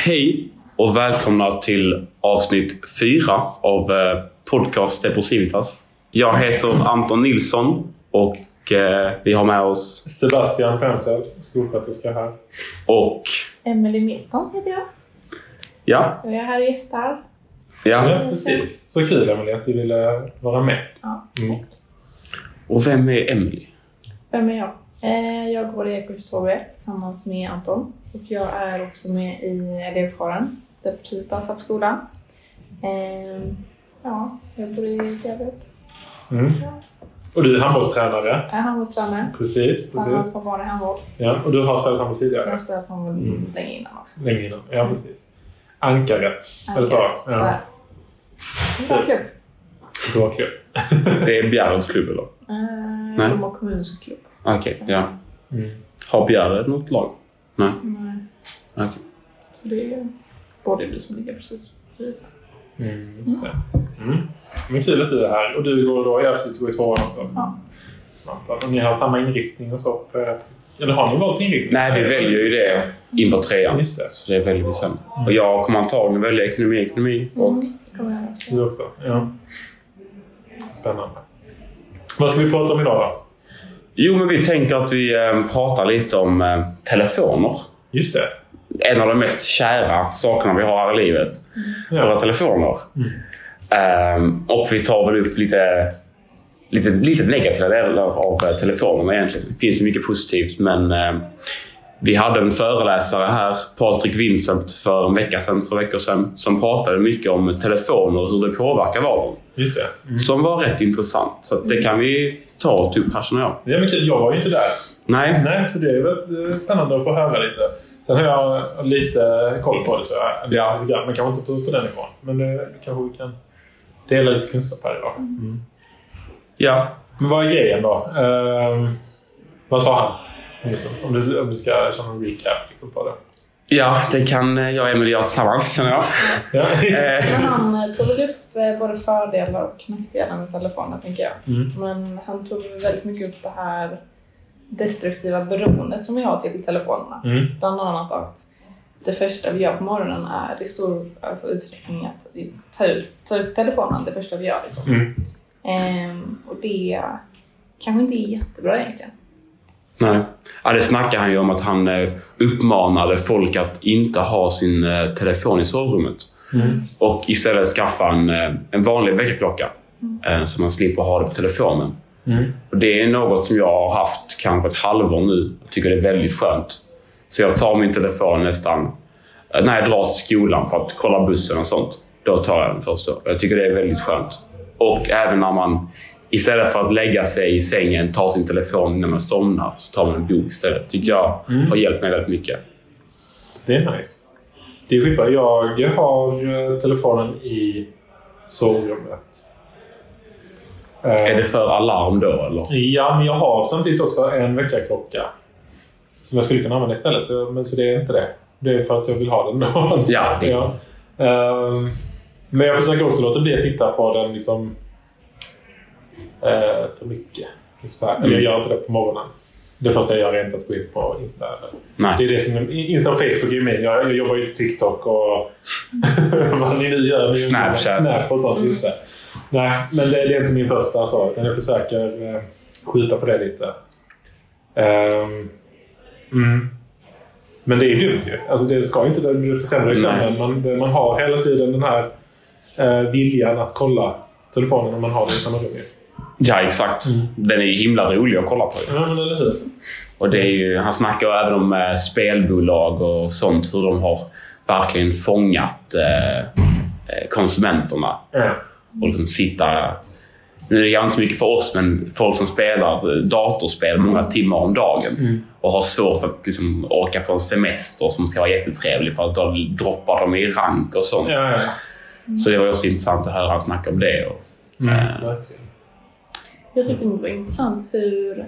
Hej och välkomna till avsnitt fyra av eh, podcast Depressivitas. Jag heter Anton Nilsson och eh, vi har med oss Sebastian Pensel, skolsköterska här. och Emily Milton heter jag. ja, Jag är här och gästar. ja. Ja, precis. Så kul Emelie att du ville vara med. Ja. Mm. Och vem är Emily? Vem är jag? Eh, Jag går i Ekurs 2B tillsammans med Anton och jag är också med i elevkåren, Deportivitas skolan. Eh, Ja, jag bor i Gävlet. Mm. Och du är handbollstränare. Jag är handbollstränare. Precis, Tar hand precis. på barn i handboll. Ja, och du har spelat handboll Jag har tidigare. spelat handboll Mm. länge innan också. Länge innan. Ja, precis. Ankaret. Är det så? Ankaret, så Ja. här. Det var klubb. Bra klubb. Det är Bjärreds klubb eller? Eh, Nej. De har kommuns klubb. Okej, ja. Mm. Har Bjärred något lag? Nej, Nej, okej. så det är både du som ligger precis bredvid. Mm, just det. Mm. Men kul att du är här. Och du går då, jag precis, du går i tvåan också. Ja. Smart. Och ni har samma inriktning och så. på- Eller har ni valt inriktning? Nej, vi väljer ju det inför Ja, trean. Just det. Så det väljer vi sen. Och jag kommer antagligen välja ekonomi, ekonomi och Mm, det kommer jag göra också. Du också? Ja. Spännande. Vad ska vi prata om idag då? Jo, men vi tänker att vi eh, pratar lite om eh, telefoner. Just det. En av de mest kära sakerna vi har här i livet. Våra Ja. telefoner. Mm. Ehm, och vi tar väl upp lite, lite, lite negativa delar av eh, telefonerna egentligen. Det finns ju mycket positivt, men eh, vi hade en föreläsare här, Patrik Vincent, för en vecka sedan, två veckor sedan, som pratade mycket om telefoner och hur det påverkar vardagen. Just det. Mm. Som var rätt intressant. Så att det kan vi ta och ta upp här, känner jag. Det är mycket, jag var ju inte där. Nej, Nej, så det är väl eh, spännande att få höra lite. Sen har jag lite koll på det tror jag. Eller Ja. Lite grann, men kanske inte på, på den nivån. Men eh, kanske vi kan dela lite kunskap här idag. Mm. ja, Men vad är grejen då? Ehm, vad sa han? Liksom, Om du, om du ska köra en recap liksom, på det. Ja, det kan eh, jag och Emelie göra tillsammans känner jag. Ja. Eh, Men han eh, tog väl upp eh, både fördelar och nackdelar med telefonen tänker jag. Mm. Men han tog väl väldigt mycket upp det här destruktiva beroendet som vi har till telefonerna. Mm. Bland annat att det första vi gör på morgonen är i stor alltså, utsträckning att vi tar ut, tar ut telefonen det första vi gör. Liksom. Mm. Ehm, och det kanske inte är jättebra egentligen. Nej. Ja, det snackar han ju om att han eh, uppmanade folk att inte ha sin eh, telefon i sovrummet Mm. och istället skaffa en, eh, en vanlig väckarklocka eh, så man slipper ha det på telefonen. Mm. Och det är något som jag har haft kanske ett halvår nu. Jag tycker det är väldigt skönt. Så jag tar min telefon nästan eh, när jag drar till skolan för att kolla bussen och sånt. Då tar jag den först då. Jag tycker det är väldigt skönt. Och även när man istället för att lägga sig i sängen tar sin telefon när man somnar så tar man en bok istället. tycker jag Mm. har hjälpt mig väldigt mycket. Det är nice. Det är skitbra. Jag har eh, telefonen i sovrummet. Är det för alarm då eller? Eh, Ja, men jag har samtidigt också en väckarklocka. Som jag skulle kunna använda istället, så, men så det är inte det. Det är för att jag vill ha den då. Ja, det- Ja. Ehm, men jag försöker också låta bli att titta på den liksom, eh, för mycket. Så här. Eller jag gör inte det på morgonen. Det första jag gör är inte att gå in på Insta eller det Nej. är det som Insta och Facebook är ju min. Jag, jag jobbar ju på TikTok och vad ni nu gör. Ni Snapchat. Snap och sånt. Just det. Nej, men det, det är inte min första sak. Utan jag försöker eh, skjuta på det lite. Ehm, mm. Men det är dumt ju. Alltså det ska ju inte det försämrar Nej. ju sömnen. Man, man har hela tiden den här eh, viljan att kolla telefonen om man har den i samma rum. ju. Ja, exakt. Mm. Den är ju himla rolig att kolla på. ju. Ja, men eller hur? Och det är ju, han snackar ju även om eh, spelbolag och sånt, hur de har verkligen fångat eh, eh, konsumenterna. Ja. Och liksom sitta... Nu är det kanske inte mycket för oss, men folk som spelar eh, datorspel många timmar om dagen Mm. och har svårt att liksom, åka på en semester som ska vara jättetrevlig för att då droppar de i rank och sånt. Ja, ja. Så det var ju också intressant att höra han snacka om det. Och, Mm. Eh. verkligen. Jag tyckte det var intressant hur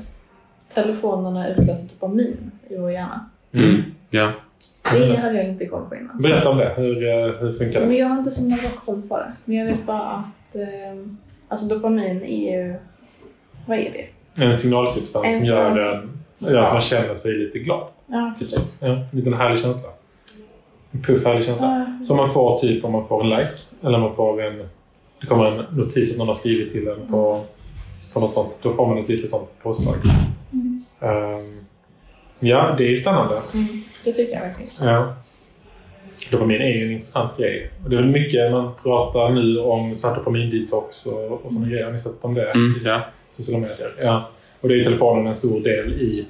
telefonerna utlöser dopamin i vår hjärna. mm. Ja. Det hade jag inte koll på innan. Berätta om det. Hur, eh, hur funkar det? Men jag har inte så många koll på det. Men jag vet bara att ehm, alltså dopamin är ju... Vad är det? En signalsubstans En som gör, signal- en, gör att man känner sig lite glad. Ja, Typ så. precis. Ja, en liten härlig känsla. Puff, härlig känsla. Ah. Som man får typ om man får en like. Eller man får en... Det kommer en notis att någon har skrivit till en på, på något sånt. Då får man ett litet sånt påslag. Mm. Ehm, ja, det är spännande. Mm. Det tycker jag verkligen. Ja. Dopamin är ju en intressant grej. Och det är väl mycket man pratar nu om så här dopamindetox och, och sådana grejer. Har ni sett om det? Mm, ja. sociala medier. Ja. Och det är ju telefonen en stor del i,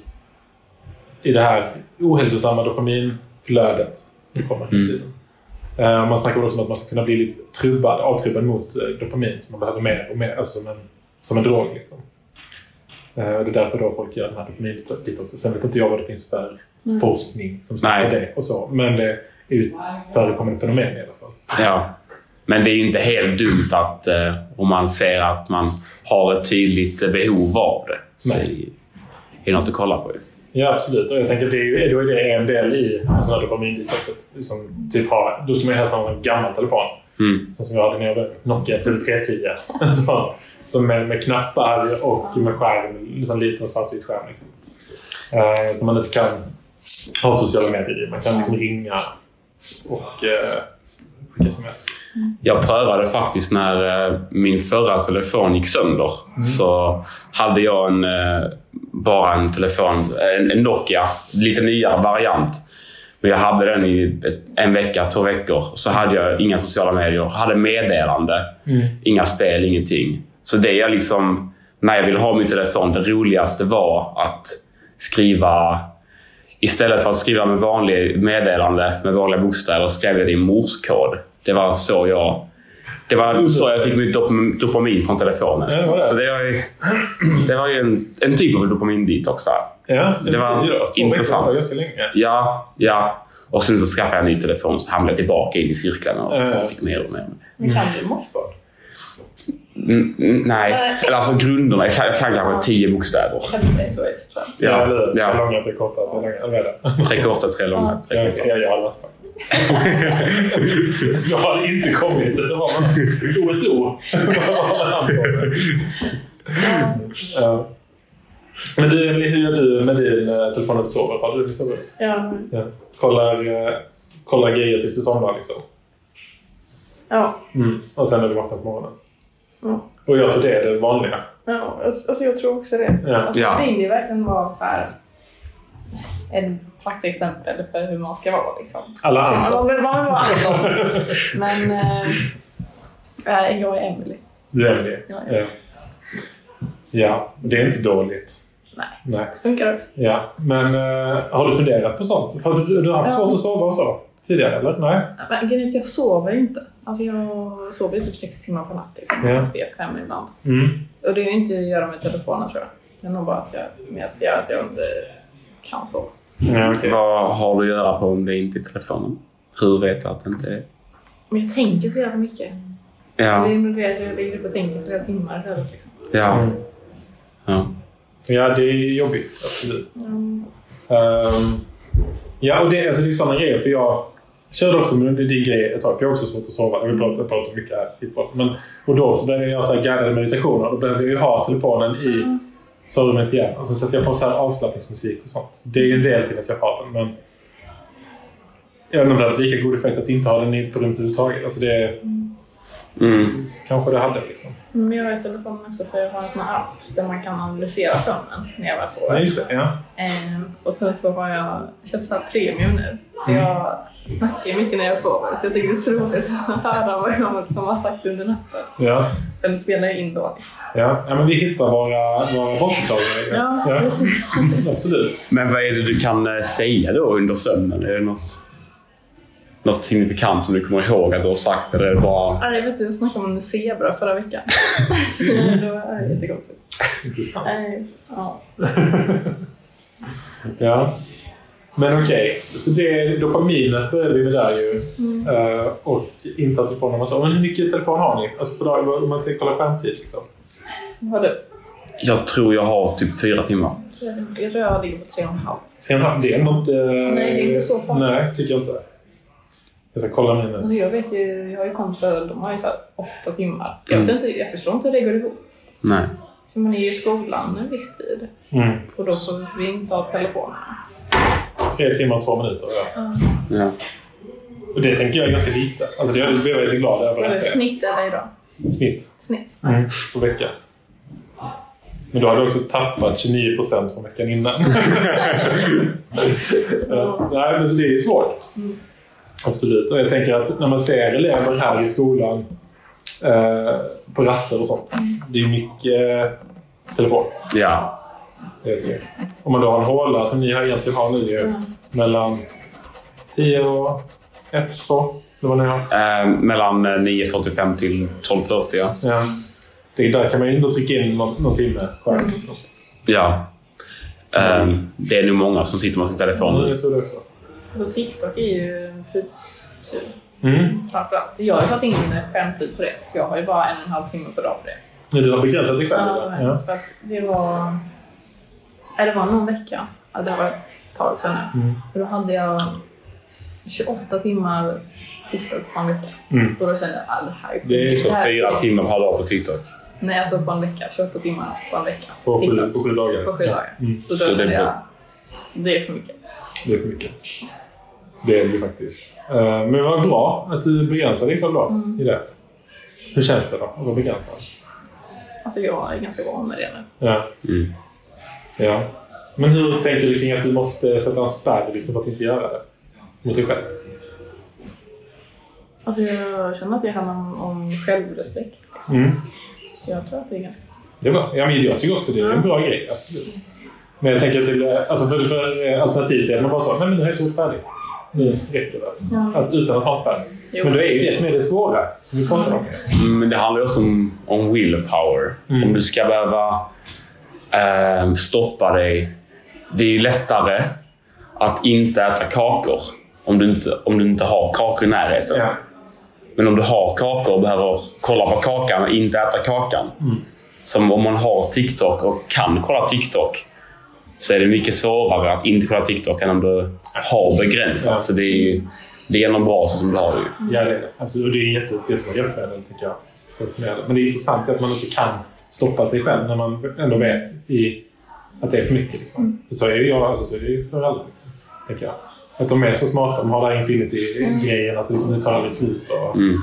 i det här ohälsosamma dopaminflödet som kommer hela Mm. tiden. Eh, man snackar väl också om att man ska kunna bli lite trubbad, avtrubbad mot eh, dopamin som man behöver mer och mer, alltså som en, som en drog. Liksom. Eh, och det är därför då folk gör den här dopamindetoxen. Sen vet inte jag vad det finns för Mm. forskning som stöttar Nej. det och så. Men det är ett förekommande fenomen i alla fall. Ja. Men det är ju inte helt dumt att eh, om man ser att man har ett tydligt eh, behov av det. Så Nej. är det något att kolla på. ju. Ja, absolut. Och jag tänker att det är, ju- då är det en del i en sån här dopamindetox. att Liksom, typ ha, då ska man ju helst ha en gammal telefon. Mm. Sån som jag hade när jag var Nokia 3310. så, som med, med knappar och med skärm. Liksom liten svartvit skärm. Liksom. Eh, som man inte kan ha sociala medier i. Man kan liksom ringa och eh, skicka sms. Jag prövade faktiskt när eh, min förra telefon gick sönder. Så hade jag en, eh, bara en telefon, en, en Nokia, lite nyare variant. Men jag hade den i ett- en vecka, två veckor. Så hade jag inga sociala medier, hade meddelande. Inga spel, ingenting. Så det jag liksom, när jag ville ha min telefon, det roligaste var att skriva Istället för att skriva med vanlig meddelande med vanliga bokstäver skrev jag det i morskod. Det var så jag det var så jag fick mitt dop- dopamin från telefonen. Ja, det var det. Så det var ju, det var ju en, en typ av dopamindetox. där. Ja, Det var betyder att två veckor intressant. var ganska länge. Ja, ja. Och sen så skaffade jag en ny telefon så hamnade jag tillbaka in i cirklarna och Ja, ja, fick mer och mer. Men kan du morskod? Mm, mm, nej, Nej. eller alltså grunderna. Jag kan, jag kan kanske tio bokstäver. Kan du SOS? tror jag. Ja, Ja, eller Alltså, hur? Tre ja. långa, tre korta, tre långa. Eller Tre korta, tre långa. Tre vad är det? Jag, korta. jag, jag har lärt faktiskt. jag har inte kommit. Det var man, OSO. Vad var han på med? Ja. Ja. Men du, Emily, hur gör du med din eh, telefon när du sover? Har du det sover? Ja. Ja. Kollar, eh, kollar grejer tills du somnar liksom. Ja. Och sen när du vaknar på morgonen. Ja. Och jag tror det är det vanliga. Ja, alltså alltså jag tror också det. Ja. Alltså Ja. Det vill ju verkligen vara så här en praktexempel för hur man ska vara. Liksom. Alla Så man- andra. man vill man vill vara Anton. Men eh, nej, jag är Emily. Du är Emily. Ja, ja. Ja. ja, det är inte dåligt. Nej. Nej. Funkar också. Ja, men eh, har du funderat på sånt? För du, du har haft Ja. svårt att sova och så tidigare, eller? Nej? Men grejen är att jag sover ju inte. Alltså jag sover ju typ sex timmar per natt. Liksom. Ja. Steg fem ibland. Och det har ju inte att göra med telefonen tror jag. Det är nog bara att jag, med att jag, att jag inte kan sova. Ja, okej. Vad har du att göra på om det inte är telefonen? Hur vet du att det inte är? Men jag tänker så jävla mycket. Det Ja, är nog det att jag ligger uppe och tänker flera timmar istället. Liksom. ja, Mm. ja. Ja, det är jobbigt. Absolut. Mm. Ehm, ja, och det, alltså, det är sådana grejer. För jag körde också med din grej ett tag. För jag har också svårt att sova. Jag pratar, jag pratar mycket här i podden. Men, och då så började jag göra så här guidade meditationer. Då behövde jag ju ha telefonen i sovrummet igen. Och så sätter jag på så här avslappningsmusik och sånt. Det är ju en del till att jag har den. Men jag vet inte om det hade lika god effekt att inte ha den i på rummet överhuvudtaget. Alltså det Mm. kanske det hade liksom. Men jag har ju telefonen också för jag har en sån här app där man kan analysera sömnen när jag väl sover. Nej, just det. Ja. Ehm, och sen så har jag köpt så här premium nu. Så jag snackar ju mycket när jag sover. Så jag tycker det är så roligt att höra vad jag liksom har sagt under natten. ja. Eller spelar jag in då. Ja, ja men vi hittar våra, våra bortförklaringar. Ja, precis. Absolut. Men vad är det du kan eh, säga då under sömnen? Är det något, något signifikant som du kommer ihåg att du har sagt? Eller är det bara... Ja, Jag vet inte, jag snackade om en zebra förra veckan. Så det var jättekonstigt. Intressant. Nej, Ja. Ja. Men okej, så det dopaminet började vi med där ju. Mm. Eh, och inte att telefonen var så. Men hur mycket telefon har ni? Alltså på dag, om man tänker kolla skärmtid liksom. Vad har du? Jag tror jag har typ fyra timmar. Jag tror jag ligger på tre och en halv. Tre och en halv, Det är ändå inte... Nej, det är inte så farligt. Nej, tycker jag inte. Jag ska kolla min nu. Alltså jag vet ju, jag har ju kompisar, de har ju så här åtta timmar. Jag, Mm. vet inte, jag förstår inte hur det går ihop. Nej. För man är ju i skolan en viss tid Mm. och då får vi inte ha telefonerna. Tre timmar och två minuter. Ja. Ja. Och det tänker jag är ganska lite. Alltså det blev jag lite glad över Var det att se. snitt eller idag? Snitt Snitt. på vecka. Men då hade jag också tappat 29 procent från veckan innan. Ja, Nej, men så det är ju svårt. Mm. Absolut. Och jag tänker att när man ser elever här i skolan eh, på raster och sånt. Mm. Det är mycket eh, telefon. Ja. Det är det. Om man då har en håla som ni har- egentligen har nu ju Mm. mellan 10 och 1, 2. Eller vad ni har. Eh, mellan eh, 9.45 till 12.40. Ja. Ja. Det, där kan man ju ändå trycka in någon, någon timme själv. Mm. Liksom. ja. Eh, det är nog många som sitter med sin telefon Ja, nu. jag tror det också. Och Alltså, TikTok är ju en tidstjuv Mm. framförallt. Jag har ju fått in skärmtid på det, så jag har ju bara en och en halv timme per dag på det. Ja, Du har begränsat dig själv i det. Ja. Så att det var... Nej, det var någon vecka. Ja, det här var ett tag sedan nu. Mm. Och Då hade jag 28 timmar TikTok på en vecka. Mm. Och då kände jag att det här är Det är så Så här- fyra timmar per dag på TikTok. Nej, alltså på en vecka. 28 timmar på en vecka. På sju, TikTok. på sju dagar. På sju dagar. Mm. Så Så det då är kände jag bra. det är för mycket. Det är för mycket. Det är det ju faktiskt. Eh, Men vad bra att du begränsar dig själv då Mm. i det. Hur känns det då att vara begränsad? Alltså jag är ganska van med det nu. Ja. Mm. ja. Men hur tänker du kring att du måste sätta en spärr liksom för att inte göra det? Mot dig själv? Alltså jag känner att det handlar om, om självrespekt. Liksom. Mm. Så jag tror att det är ganska... Det är bra. Ja, men jag tycker också det är en bra grej. Absolut. Men jag tänker till, eh, alltså för, för eh, alternativet är att man bara sa nej men nu har jag gjort färdigt. Nu räcker det. Ja. Att, utan att ha en spärr. Jo. Men då är ju det som är det svåra som vi pratar om. Mm, Men det handlar ju också om, om willpower. Mm. Om du ska behöva eh, stoppa dig. Det är ju lättare att inte äta kakor om du inte, om du inte har kakor i närheten. Ja. Men om du har kakor och behöver kolla på kakan och inte äta kakan. Mm. Som om man har TikTok och kan kolla TikTok så är det mycket svårare att inte kolla TikTok än om du har begränsat. Ja. Så det är ju det är nog bra så som du har det ju. Ja, det är det. Absolut. Och det är jätte, ett jättebra hjälpmedel, tycker jag. för att förmedla. Men det är intressant att man inte kan stoppa sig själv när man ändå vet i, att det är för mycket. Liksom. För så är ju jag, alltså, så är det ju för alla. Liksom, tänker jag. Att de är så smarta, de har den här infinity-grejen, att liksom, de tar aldrig slut och Mm.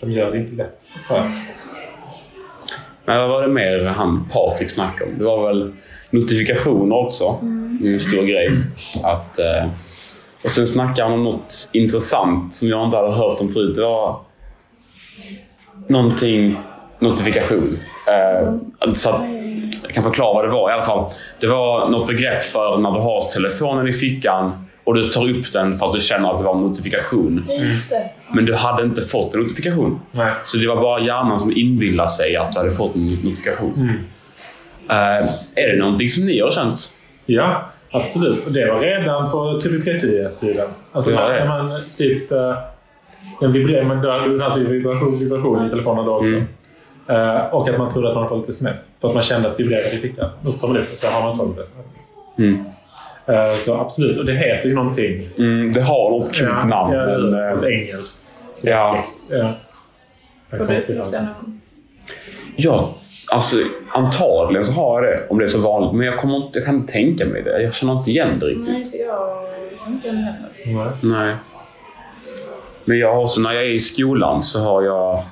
de gör det inte lätt för oss. Men vad var det mer han Patrik snackade om? Det var väl notifikationer också. Det är en stor grej. Att, eh, och sen snackade han om något intressant som jag inte hade hört om förut. Det var någonting notifikation. Eh, så att, jag kan förklara vad det var i alla fall. Det var något begrepp för när du har telefonen i fickan och du tar upp den för att du känner att det var en notifikation. Just det. Men du hade inte fått en notifikation. Nej. Så det var bara hjärnan som inbillade sig att du hade fått en notifikation. Mm. Eh, är det någonting som ni har känt? Ja, absolut. Och det var redan på 3310-tiden. Alltså Ja, när, ja. när man typ... eh, Den vibrerar, man dör, det alltid vibration, vibration i telefonen då också. Mm. Eh, och att man trodde att man hade fått ett sms. För att man kände att det vibrerade i fickan. Och så tar man upp och så har man tagit ett sms. Mm. Eh, så absolut. Och det heter ju någonting. Mm, det har något kul namn. ja, men, det- eh, något engelskt. Så ja. perfekt. Ja. Jag Har kommer du inte ihåg. gjort det någon ja, alltså, antagligen så har jag det, om det är så vanligt. Men jag, kommer inte, jag kan inte tänka mig det. Jag känner inte igen det riktigt. Nej, inte jag. Jag känner inte igen det heller. Nej. Nej. Men jag har också, när jag är i skolan så har jag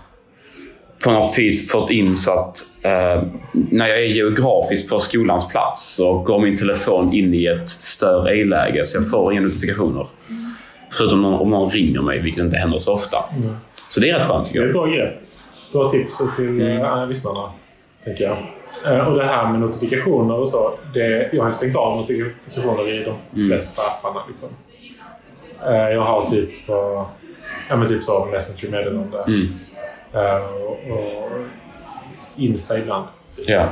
på något vis fått in så att eh, när jag är geografiskt på skolans plats så går min telefon in i ett stör ej-läge så jag får inga notifikationer. Förutom om någon, om någon ringer mig, vilket inte händer så ofta. Mm. Så det är rätt skönt tycker Det är jag. ett bra grepp. Bra tips till Mm. eh, lyssnarna, tänker jag. Eh, och det här med notifikationer och så. Det, jag har stängt av notifikationer i de Mm. flesta apparna. Liksom. Eh, jag har typ, eh, ja, men typ så Messenger meddelande Mm. eh, och, och Insta ibland. Typ. Ja.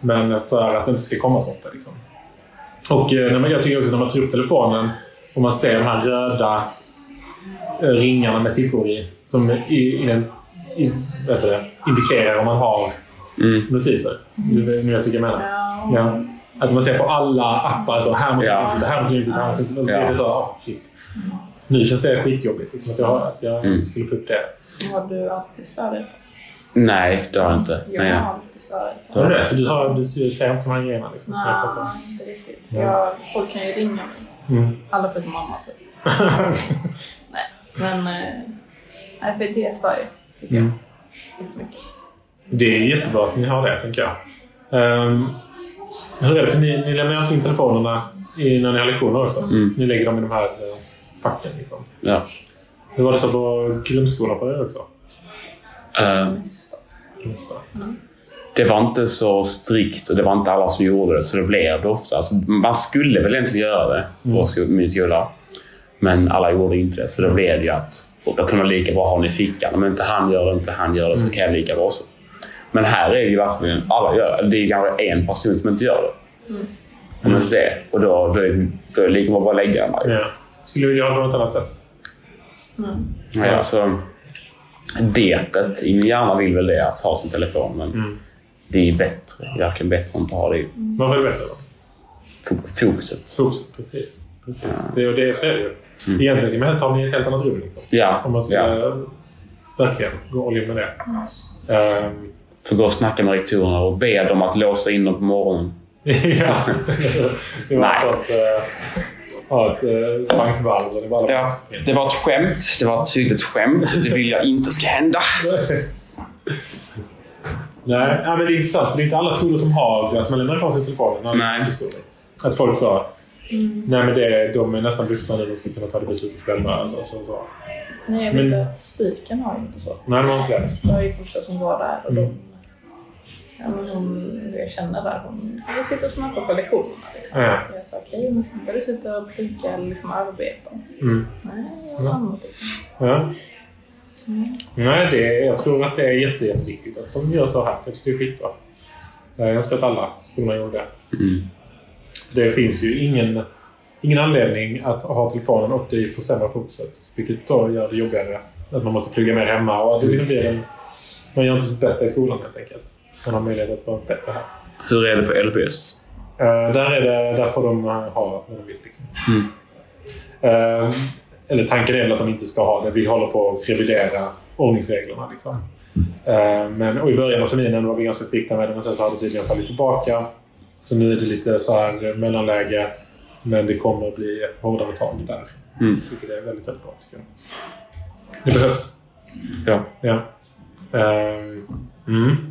Men för att det inte ska komma så ofta. Liksom. Och eh, när man, jag tycker också när man tar upp telefonen och man ser de här röda eh, ringarna med siffror i. Som i, i, den- i, vet du, det, indikerar om man har Mm. notiser. Nu nu vet jag vad jag menar. Ja. Ja. Att man ser på alla appar så här måste jag Ja. inte, det här måste jag inte, det här måste jag inte. Och så Ja. blir det så, ah, shit. Nu känns det skitjobbigt. Liksom, att jag, att jag Mm. skulle få upp det. Har du alltid större? Nej, det har jag inte. Jag Nej. har alltid större. Ja. Hör du det? Så du, har, du ser inte de här grejerna liksom, som jag pratar om? Nej, inte riktigt. Jag, folk kan ju ringa mig. Mm. Alla förutom mamma typ. Nej. Men eh, nej, för det stör ju, tycker Mm. jag. Jättemycket. Det är jättebra att ni har det, tänker jag. Ehm, hur är det? För ni, ni lämnar ju alltid in telefonerna i, när ni har lektioner också. Mm. Ni lägger dem i de här eh, facken. Liksom. Ja. Hur var det så på grundskolan på er också? Eh, Grundskolan. det var inte så strikt och det var inte alla som gjorde det, så det blev det ofta. Alltså, man skulle väl egentligen göra det på Mm. sko- min skola, men alla gjorde inte det. Så då blev det ju att och då kan man lika bra ha den i fickan. Om inte han gör det, inte han gör det, så Mm. kan jag lika bra så. Men här är det ju verkligen alla gör det. Det är ju kanske en person som inte gör det. Mm. Om ens det. Och då, då, är det, då är det lika bra att bara lägga den där. Ja. Skulle du vilja ha det på något annat sätt? Mm. Ja, alltså, detet i min hjärna vill väl det, att ha sin telefon. Men Mm. det är ju bättre. Det är verkligen bättre att inte ha det i Vad var det bättre då? fo- fokuset. Sops, precis. precis. Det, och det, så är det ju. Egentligen ska man helst ha den i ett helt annat rum. Liksom. Mm. Ja, Om man ja. skulle verkligen gå all in med det. Ehm, Får gå och snacka med rektorerna och be dem att låsa in dem på morgonen. ja. Det var Nej. ett sånt... eh, Ja, ett eh, bankvalv. där Det var alla ja. det var ett skämt. Det var ett tydligt skämt. Det vill jag inte ska hända. Nej, nej, men det är intressant. För det är inte alla skolor som har att man lämnar ifrån sig telefonen. när man Nej. är i skolan. Att folk sa nej men det, de är nästan vuxna nu. De ska kunna ta det beslutet själva. Alltså, så, så. Nej, jag Men- vet att Spiken har ju inte så. Nej, de har inte det. Det var ju första som var där och Mm. de... Ja, men hon jag känner där, hon jag sitter och snackar på lektionerna. Liksom. Ja. Jag sa okej, men ska inte du sitta och plugga eller liksom arbeta? Mm. Nej, jag Ja. har annat liksom. Ja. Mm. Nej, det, jag tror att det är jätte, jätteviktigt att de gör så här. Jag tycker det är skitbra. Eh, Jag önskar att alla skolorna gjorde det. Mm. Det finns ju ingen, ingen anledning att ha telefonen och det försämrar fokuset. Vilket då gör det jobbigare. Att man måste plugga mer hemma. Och det liksom blir en, man gör inte sitt bästa i skolan helt enkelt. Man har möjlighet att vara bättre här. Hur är det på LPS? Eh, där, är det, där får de eh, ha vad de vill. Liksom. Mm. Eh, eller tanken är väl att de inte ska ha det. Vi håller på att revidera ordningsreglerna. Liksom. Eh, men, och I början av terminen var vi ganska strikta med det, men sen så har det tydligen fallit tillbaka. Så nu är det lite så här eh, mellanläge, men det kommer att bli hårdare tag där. Mm. Vilket är väldigt, väldigt bra tycker jag. Det behövs. Ja. Ja. Eh, mm.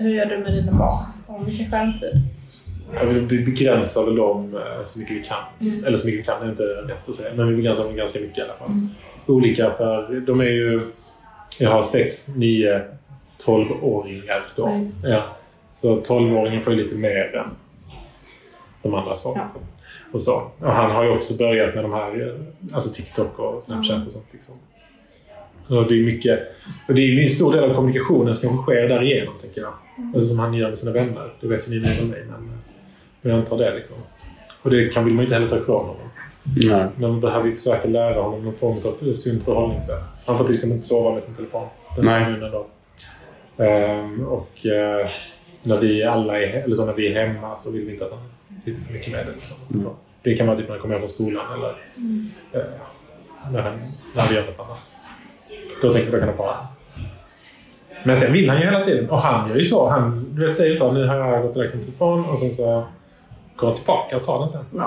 Hur gör du med dina barn? Har de mycket skärmtid? Ja, Vi vi begränsar väl dem eh, så mycket vi kan. Mm. Eller så mycket vi kan är inte rätt att säga, men vi begränsar dem ganska mycket i alla fall. Mm. Olika för de är ju... Jag har sex, nio, tolvåringar Ja, då. just Ja. Så tolvåringen får ju lite mer än de andra två. Ja. Liksom. Och, så. och han har ju också börjat med de här, eh, alltså TikTok och Snapchat och sånt. Liksom. Och det är mycket, och det är ju en stor del av kommunikationen som kanske sker därigenom, tänker jag. Alltså som han gör med sina vänner. Det vet ju ni mer än mig, men, men jag antar det. Liksom. Och det kan, vill man ju inte heller ta ifrån honom. Nej. Men behöver vi försöka lära honom någon form av sunt förhållningssätt. Han får till exempel inte sova med sin telefon. Den Nej. terminen då. Ehm, och eh, när, vi alla är, eller så när vi är hemma så vill vi inte att han sitter för mycket med det. Liksom. Mm. Det kan vara typ när han kommer hem från skolan eller Mm. eh, när, han, när vi gör något annat. Då tänker jag att jag kan ha kvar Men sen vill han ju hela tiden. Och han gör ju så. Han du vet, säger så. Nu har jag gått och lagt min telefon och sen så går han tillbaka och tar den sen. Nej.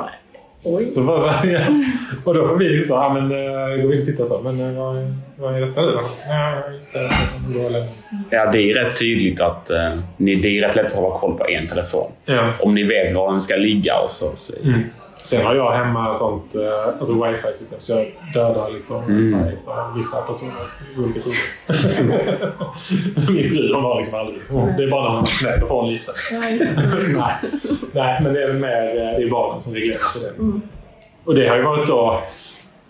Oj. Så bara så här, ja. Och då får vi liksom så här, men eh, går vi in och tittar så. Men eh, vad, vad är detta nu då? Ja, just det. så går jag och lämnar. Ja, det är rätt tydligt att eh, ni, det är rätt lätt att hålla koll på en telefon. Ja. Om ni vet var den ska ligga och så. så. Mm. Sen har jag hemma sånt, eh, alltså wifi-system, så jag dödar liksom Mm. wifi för vissa personer i olika tider. Min fru hon har liksom aldrig. Hon- Det är bara när hon är snäll, då får hon lite. Ja, just det. Nej. Nej, men det är mer eh, det är barnen som reglerar sig. det. Mm. Och det har ju varit då,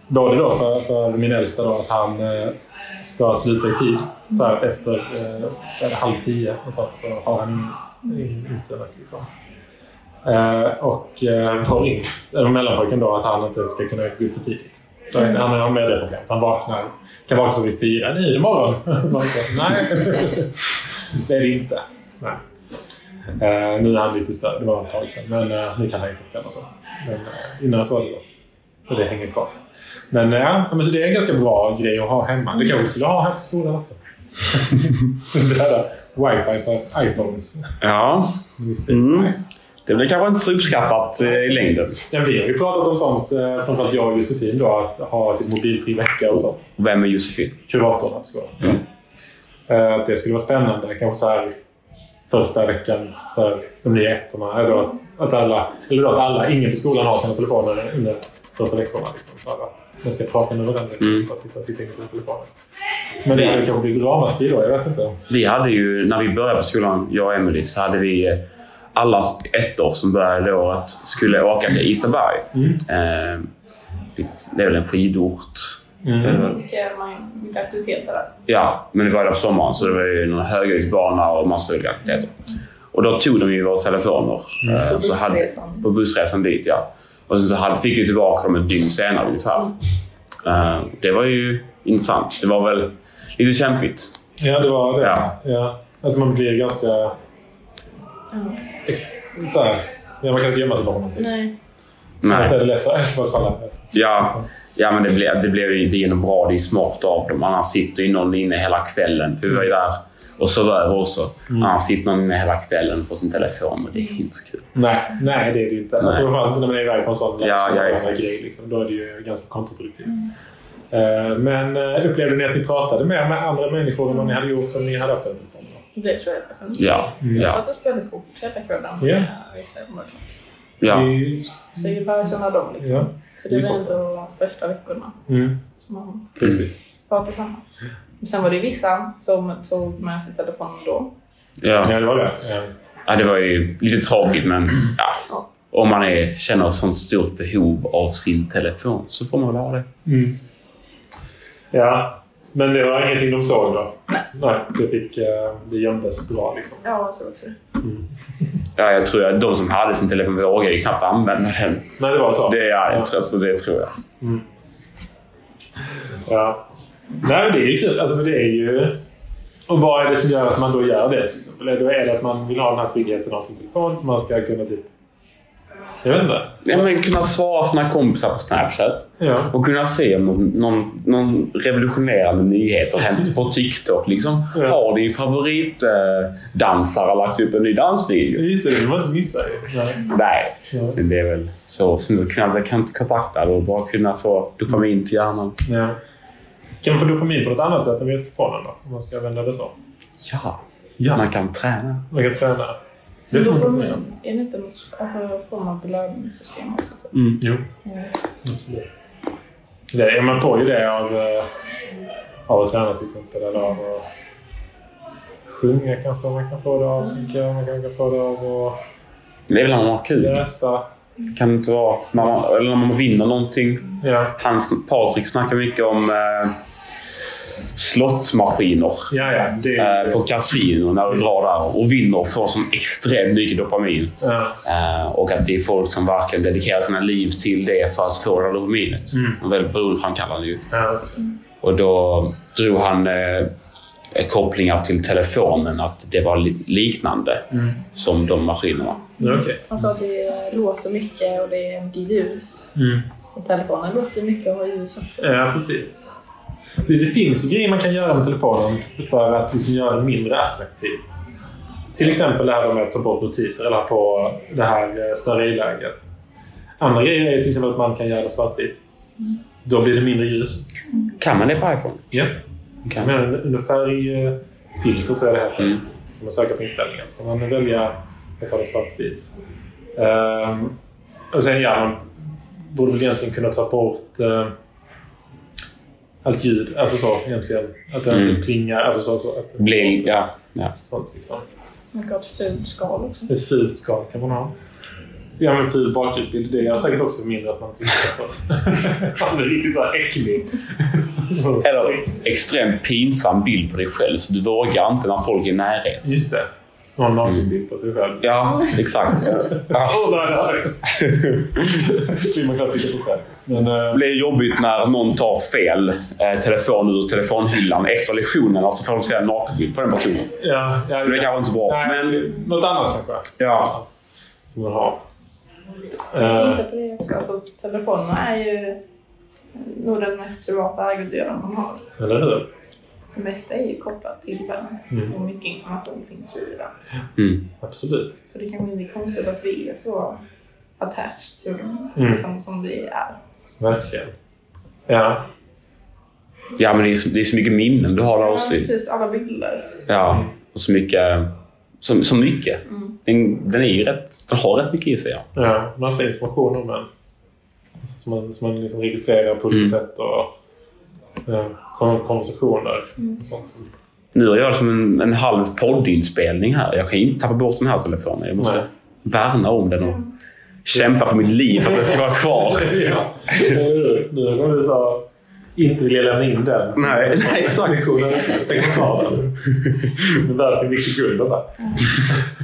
både då för, för min äldsta då, att han eh, ska sluta i tid. Så här att efter eh, är det halv tio och sånt, så har han in- in- internet. Liksom. Eh, och eh, vår yngst- eller mellanpojken då, att han inte ska kunna gå upp för tidigt. Han han har med det problemet. Han vaknar, kan vakna så vid fyra. Nu är det morgon. Man så, Nej, det är det inte. Nej. Eh, nu är han lite större, det var ett tag sedan. Men eh, nu kan han ju klockan och så. Men eh, innan så var det så. Så det hänger kvar. Men eh, ja, men så det är en ganska bra grej att ha hemma. Det kanske vi skulle ha här på skolan också. det här där, wifi för iPhones. Ja. Just det. Mm. Det blir kanske inte så uppskattat eh, i längden. Ja, vi har ju pratat om sånt, eh, framförallt jag och Josefin, då, att ha typ mobilfri vecka och sånt. Och Vem är Josefin? Kuratorn ska Mm. eh, Att det skulle vara spännande, kanske så här första veckan för de nya ettorna. Eller då att, att alla, eller då att alla, ingen på skolan har sina telefoner under första veckorna. Liksom, för att man ska prata med varandra istället Mm. för att sitta och titta in i sina telefoner. Men det hade kanske blivit ramaskri då, jag vet inte. Vi hade ju, när vi började på skolan, jag och Emily, så hade vi eh, alla ettor som började då att skulle åka till Isaberg. Mm. Eh, det är väl en skidort. Mm. Mycket, man, mycket aktiviteter där. Ja, men det var ju där på sommaren så det var ju någon höghöjdsbana och massor olika aktiviteter. Och då tog de ju våra telefoner. eh, På så hade- bussresan. på bussresan dit, ja. Och sen så hade, fick vi tillbaka dem ett dygn senare ungefär. Eh, det var ju intressant. Det var väl lite kämpigt. Ja, det var det. Ja. Ja. Att man blir ganska... Ja. ex- Så här, ja, man kan inte gömma sig bakom någonting. Nej. Men så Nej. är det lätt så här, jag ska bara kolla. Ja, ja men det blev, det blev ju det är ju nog bra. Det är smart av dem. Annars sitter ju någon inne hela kvällen. För vi var ju där och sov över också. Mm. Annars sitter någon inne hela kvällen på sin telefon och det är inte så kul. Nej, nej, det är det ju inte. Nej. Alltså, man, när man är iväg på en sån Ja, sån ja, här exakt. grej, liksom, då är det ju ganska kontraproduktivt. Eh, Men eh, upplevde ni att ni pratade mer med andra människor än vad ni hade gjort om ni hade haft en telefon? Det tror jag definitivt. Ja, Mm. ja, Jag satt och spelade kort hela kvällen. Ja. Yeah. Vissa morgnar. Det är ja. ju- Så det är bara sådana dem liksom. Ja. För det Det är var ändå första veckorna Mm. som man Precis. var tillsammans. Men sen var det vissa som tog med sig telefonen då. ja. Ja, det var det. Eh, Ja. Mm. Ja, det var ju lite tråkigt, men ja. Ja. om man är, känner ett sånt stort behov av sin telefon så får man väl ha det. Mm. ja, men det var ingenting de såg då? Nej, det, fick, eh, det gömdes bra liksom. Ja, jag tror också det. Ja, jag tror att de som hade sin telefon vågade ju knappt använda den. Nej, det var så? Det, är jag, jag tror, så det tror jag. Ja. Nej, men det är ju kul. Alltså, för det är ju... Och vad är det som gör att man då gör det? Till exempel? Är det- Är det att man vill ha den här tryggheten av sin telefon så man ska kunna typ... Jag vet inte. Ja, men kunna svara sina kompisar på Snapchat Ja. och kunna se om någon, någon, någon revolutionerande nyhet har hänt på TikTok. Liksom. Ja. Har din favoritdansare lagt upp en ny dansvideo? Just det, det vill man inte missa ju. Nej. Nej, Ja. men det är väl så. Sen så kunna bli kont- kontaktad och bara kunna få dopamin till hjärnan. Ja. Kan man få dopamin på något annat sätt än via telefonen då? Om man ska vända det så. Ja, Ja. man kan träna. Man kan träna. Det Men får man dopamin, inte säga. Är det inte något, alltså får man belöningssystem också? typ. Så. Jo, Mm. absolut. Det, ja, man får ju det av, eh, av att träna till exempel. Eller av att sjunga kanske man kan få det av. tänker jag. Man kanske kan få det av att Det är väl när man har kul. läsa. Kan det inte vara när man, eller när man vinner någonting. Ja, Hans, Patrik snackar mycket om eh, slottsmaskiner ja, ja. Det, eh, på kasino när du drar där och vinner och får som extremt mycket dopamin. ja. Eh, och att det är folk som verkligen dedikerar sina liv till det för att få det här dopaminet. Mm. De är väldigt beroendeframkallande ju. Ja. Och då drog han eh, kopplingar till telefonen att det var li- liknande Mm. som de maskinerna. Ja, Mm. Okej. Han sa att det låter mycket och det är mycket ljus. Mm. Och telefonen låter mycket och har ljus också. Ja, precis. Precis, Det finns ju grejer man kan göra med telefonen för att liksom göra den mindre attraktiv. Till exempel det här med att ta bort notiser eller på det här eh, sterilläget. Andra grejer är till exempel att man kan göra det svartvitt. Då blir det mindre ljus. Kan man det på iPhone? Ja. Kan. Men under färgfilter tror jag det heter. Mm. Om man söker på inställningar så kan man välja att ha det svartvit. Ehm, och sen ja, man borde väl egentligen kunna ta bort eh, allt ljud. Alltså så egentligen. Att det Mm. inte plingar. Alltså så, så, att, Bling, ja. ja. Sånt liksom. Man kan ha ett fult skal också. Ett fult skal kan man ha. Ja, men ful bakgrundsbild. Det är säkert också mindre att man tittar på. Han är riktigt så här äcklig. Eller extremt pinsam bild på dig själv, så du vågar inte när folk är i närheten. Just det. Någon nakenbild på sig själv. Ja, exakt. Ja. Åh, nej, nej. Vill man knappt titta på själv. Men, eh, Det blir jobbigt när någon tar fel eh, telefon ur telefonhyllan efter lektionen och så får de se en nakenbild på den personen. ja, ja, Det är kanske inte så bra, nej, men Något annat kanske? ja. Får man ha. Jag Eh, tänkte att det är också, alltså, eh, telefonerna är ju nog den mest privata ägodelen man har. eller hur? Det mesta är ju kopplat till varandra Mm. och mycket information finns ju i den. Mm. Absolut. Så det kanske inte är konstigt att vi är så attached till dem Mm. som, som vi är. Verkligen. Ja. Ja, men det är, så, det är så mycket minnen du har där också. ju. Precis, alla bilder. Ja, och så mycket. Så, så mycket. Mm. Den, den, är ju rätt, den har rätt mycket i sig. Ja. ja. Massa information om en. Alltså, Som man, som man liksom registrerar på olika Mm. sätt och ja, kon- konversationer. Och sånt. som- Nu gör jag det som en, en halv poddinspelning här. Jag kan ju inte tappa bort den här telefonen. Jag måste Nej. värna om den och kämpa för mitt liv för att den ska vara kvar. ja. Eller hur? Nu var du så inte vill jag lämna in den. Nej, nej, exakt. Lektionen, jag tänker ta den. Men världens viktig guld. och bara,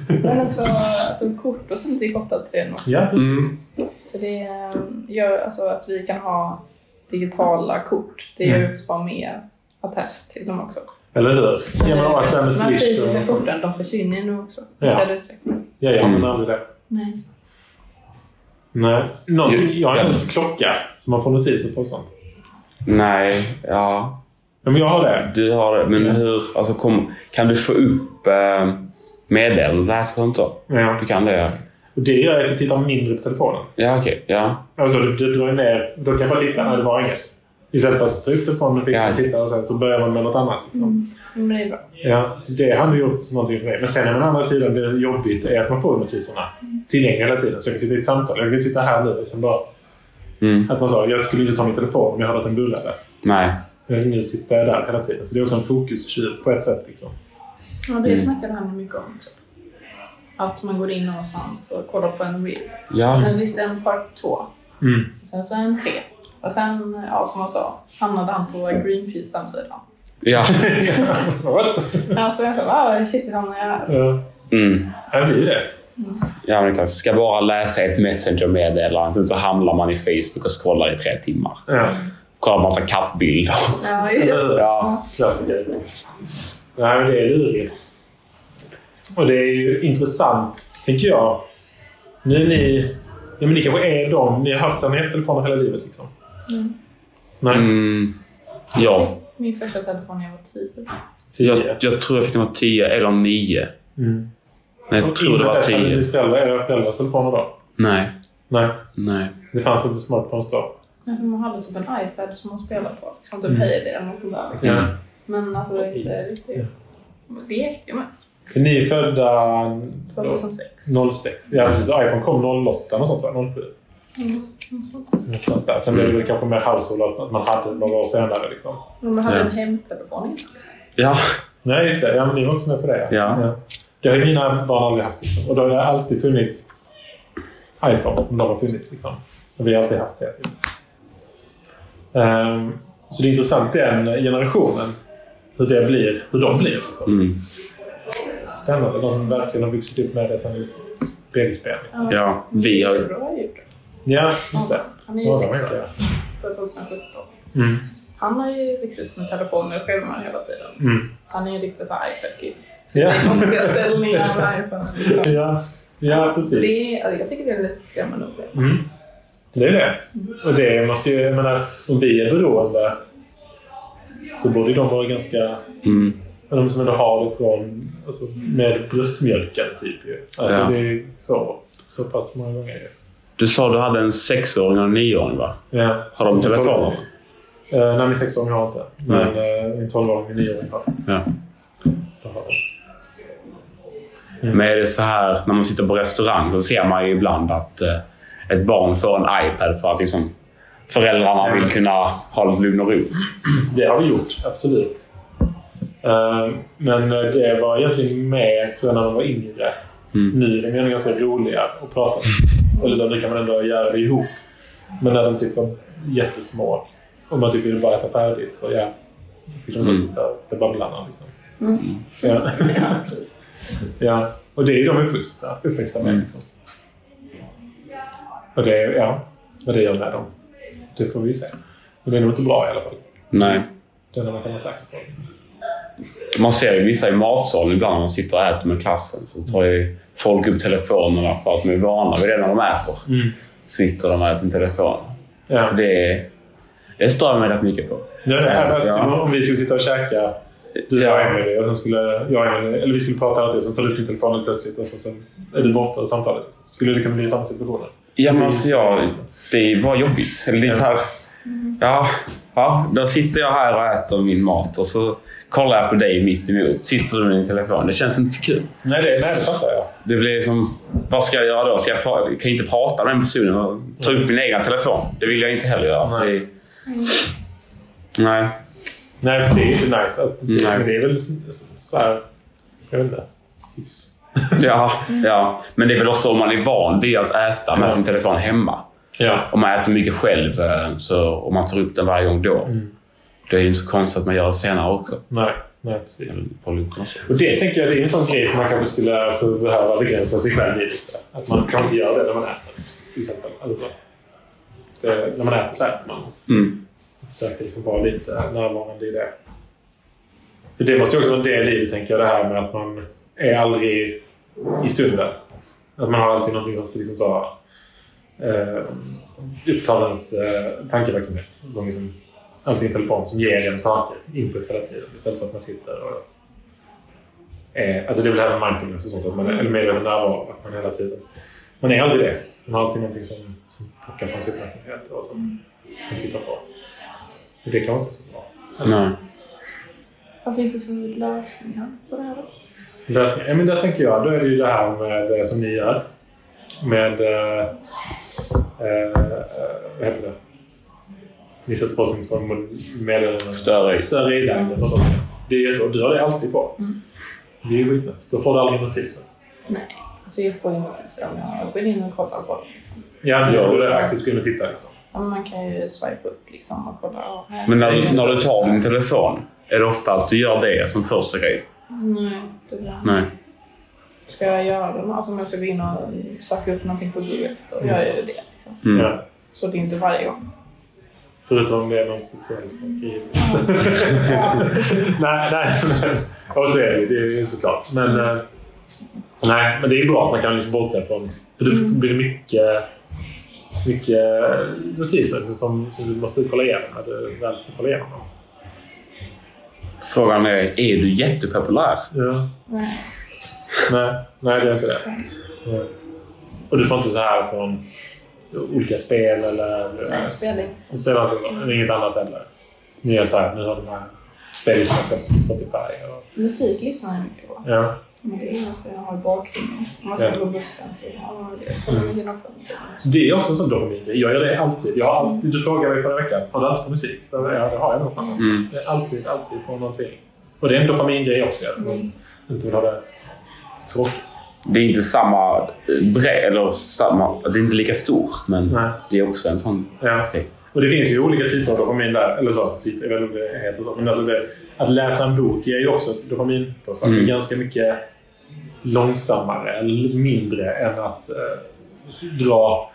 Men också alltså, kort och sånt är kopplat till det. nu. Ja, Mm. Så det eh, gör alltså att vi kan ha digitala kort. Det Mm. gör ju också bara mer attached till dem också. eller hur? Ja, men har varit där med De här Swish. fysiska och- korten de försvinner ju nu också i Ja. större utsträckning. Ja, jag använder aldrig det. Mm. Nej. Nej. Någon, jag har Ja. inte ens klocka så man får notiser på och sånt. Nej, ja. Ja, men jag har det. Du har det. Men Ja. hur... Alltså, kom, kan du få upp eh, meddelanden? Nej, sånt då? Ja. Du kan det, ja. Och det gör att jag tittar mindre på telefonen. Ja, okej. Ja. Alltså, du, du drar ner. Då kan jag bara titta när det var inget. Istället för att ta upp telefonen och Ja. ja. titta och sen så börjar man med något annat. Liksom. Men det är bra. Ja, det har du gjort någonting för mig. Men sen är den andra sidan det jobbigt är att man får notiserna tillgängliga hela tiden. Så jag kan sitta i ett samtal. Jag kan sitta här nu och sen bara... Mm. Att man sa jag skulle inte ta min telefon om jag hörde att den bullrade. Nej. Men nu tittar jag där hela tiden. Så det är också en fokustjuv på ett sätt. Liksom. Ja, det Mm. snackade han mycket om också. Att man går in någonstans och kollar på en reel. Ja. Sen visste en part två. Mm. Sen så en tre. Och sen, ja som jag sa, hamnade han på Greenpeace samsidan. Ja. What? Ja, så jag sa, ah shit, hur hamnade jag här? Ja, Mm. det blir det. Ja, men exakt. Ska bara läsa ett Messenger-meddelande, sen så hamnar man i Facebook och scrollar i tre timmar. Ja. Kollar massa kattbilder. Ja, ju- Ja. Klassiker. Nej, men det är lurigt. Och det är ju intressant, tänker jag. Nu är ni... Ja, men ni kanske är de... Ni har haft, ni har haft telefoner hela livet. liksom. Mm. Nej, Mm. Ja. Min första telefon när jag var tio. tio. Jag, jag tror jag fick nummer 10 eller 9. Mm. Nej, jag tror det var Innan dess hade 10. ni föräldrar, era föräldrars telefoner då? Nej. Nej, Nej. det fanns inte smartphones då. Men som Man hade typ en iPad som man spelade på. Liksom typ Mm. Heidi eller något sånt där. Liksom. Ja. Men alltså det är inte riktigt. Det lekte ju mest. För ni är födda 2006. 06. Ja, precis. iPhone kom 08 och sånt va? 07. Mm. något sånt. Någonstans där. Sen blev det Mm. väl kanske mer household att man hade några år senare. Liksom. Men man hade Ja. en hemtelefon innan. Ja. Nej, just det. Ja, men ni var också med på det. Ja. Det har ju mina barn aldrig haft. Liksom. Och då har det alltid funnits iPhone. Om de har funnits. Liksom. Och vi har alltid haft det. Typ. Ehm, så det är intressant den generationen. Hur det blir. Hur de blir. Liksom. Mm. Spännande. De som verkligen har vuxit upp med det sen i BG-spel. Liksom. Ja. Vi har... Bra gjort. Ja, just det. Han är ju Ja, de sex verkar år. det. Född 2017. Mm. Han har ju växt upp med telefoner och skärmar hela tiden. Mm. Han är ju riktigt såhär iPad-kid. Ja. Det är konstiga ställningar med iPaden. Liksom. Ja. ja, Så precis. det är, alltså, jag tycker det är lite skrämmande att se. Mm. Det är det. Och det måste ju, jag menar, om vi är beroende så borde ju de vara ganska, Mm. men de som ändå har det från, alltså med bröstmjölken typ ju. Alltså Ja. det är ju så, så pass många gånger ju. Du sa du hade en sexåring och en nioåring, va? Ja. Har de telefoner? Eh, nej, min sexåring har inte. Men eh, min tolvåring, min nioåring har. Ja. det har de. Men är det så här när man sitter på restaurang så ser man ju ibland att eh, ett barn får en iPad för att liksom, föräldrarna vill kunna ha lite lugn och ro. Det har vi gjort, absolut. Eh, men det var egentligen mer, tror jag, när man var yngre. Mm. Nu är de ju ändå ganska roliga att prata med. Och liksom, nu kan man ändå göra det ihop. Men när de typ var jättesmå och man typ ville bara äta färdigt så ja. Fick de Mm. mm. titta, titta Babblarna liksom. Mm. Ja. Ja. ja. Och det är ju de uppväxta, uppväxta med Mm. liksom. Och det, ja. Vad det gör med dem. Det får vi se. Men det är nog inte bra i alla fall. Nej. Det är det man kan vara säker på. Liksom. Man ser ju vissa i matsalen ibland när man sitter och äter med klassen. Så tar ju folk upp telefonerna för att de är vana vid det när de äter. Mm. Sitter de med sin telefon. Ja. Det, det stör jag mig rätt mycket på. Ja, det här Ja. bäst om vi skulle sitta och käka Du Ja. och Emelie och sen skulle jag och Emelie, eller vi skulle prata hela tiden, sen tar du upp din telefon lite plötsligt och så, sen är du borta ur samtalet. Skulle det kunna bli samma situationer? Ja, men alltså, jag, det var jobbigt. Eller lite så här, ja, ja, då sitter jag här och äter min mat och så kollar jag på dig mitt emot. Sitter du med din telefon? Det känns inte kul. Nej, det, nej, det fattar jag. Det blir liksom, vad ska jag göra då? Ska jag, pra- jag kan inte prata med den personen och ta upp min egna telefon. Det vill jag inte heller göra. för Nej. Det, nej. Nej, det är inte nice. Att, det, Nej. Men det är väl så- så här... Jag vet inte. Hyfs. Ja, ja. Men det är väl också om man är van vid att äta med Ja. sin telefon hemma. Ja. Om man äter mycket själv eh, så, och man tar upp den varje gång då. Mm. Då är det inte så konstigt att man gör det senare också. Nej, nej, precis. På lunchen också. Och det tänker jag det är en sån grej som man kanske skulle få behöva begränsa sig själv i lite. Att man kanske inte gör det när man äter. Till exempel. Eller så. Det, när man äter så äter man. Mm. Försöker liksom vara lite närvarande i det. För det måste ju också vara en del i det, tänker jag. Det här med att man är aldrig i stunden. Att man har alltid någonting som liksom så, eh, upptar ens eh, tankeverksamhet. Som liksom, antingen telefon som ger en saker, input hela tiden. Istället för att man sitter och... Eh, alltså det är väl det här med mindfulness och sånt. Att man är, eller medveten närvaro. Att man hela tiden... Man är aldrig det. Man har alltid någonting som, som pockar på ens uppmärksamhet och som man tittar på. Och det kan vara inte så bra. Nej. Vad finns det för lösningar på det här då? lösning. Ja, men där tänker jag, då är det ju det här med det som ni gör. Med... Eh, eh, vad heter det? Ni sätter på sig en meddelande. Större. Större i-lägen och sånt. Det är jättebra. Du har det alltid på. Mm. Det är ju skitnice. Då får du aldrig notiser. Nej, alltså jag får ju notiser om jag går in och kollar på det. Liksom. Ja, men jag borde aktivt gå in och titta liksom. Ja, men man kan ju swipa upp liksom och kolla. Ja, här. Men när du, när du tar din telefon, är det ofta att du gör det som första grej? Nej, det blir han. Nej. Ska jag göra det? Alltså om jag ska gå in och söka upp någonting på Google, då gör jag ju det. Liksom. Mm. Ja. Så det är inte varje gång. Förutom om det är någon speciell som har skrivit. Ja. nej, nej. men- Och så är det ju. Det är ju såklart. Men, eh, nej, men det är ju bra att man kan liksom bortse från... För då blir det mycket, mycket notiser alltså, som, som du måste kolla igenom när du väl ska kolla igenom dem. Frågan är, är du jättepopulär? Ja. Nej. Nej, nej, det är inte det. Nej. Och du får inte så här från olika spel eller... Nej, det spelar inte. De spelar inte men inget annat heller. Ni gör så här, nu har de här spellistorna släppts på Spotify. Och, Musik lyssnar jag mycket på. ja. Men det är något som jag har i bakgrunden. Om man ska Ja. gå bussen så har man det. Kollar man genom fönstret. Det är också en sån dopaminfri. Jag gör det alltid. Jag har alltid. Du frågade mig förra veckan. Har du alltid på musik? Så ja, det har jag nog fan. alltså. Mm. Jag är alltid, alltid på någonting. Och det är en dopamingrej också. Jag Mm. inte vill ha det tråkigt. Det är inte samma eh, bre, eller samma, det är inte lika stor, men Nej. det är också en sån Ja. grej. Och det finns ju olika typer av dopamin där. Eller så, typ, jag vet inte om det heter så. Men alltså det, att läsa en bok ger ju också ett dopaminpåslag. Mm. Det är ganska mycket långsammare eller mindre än att eh, dra,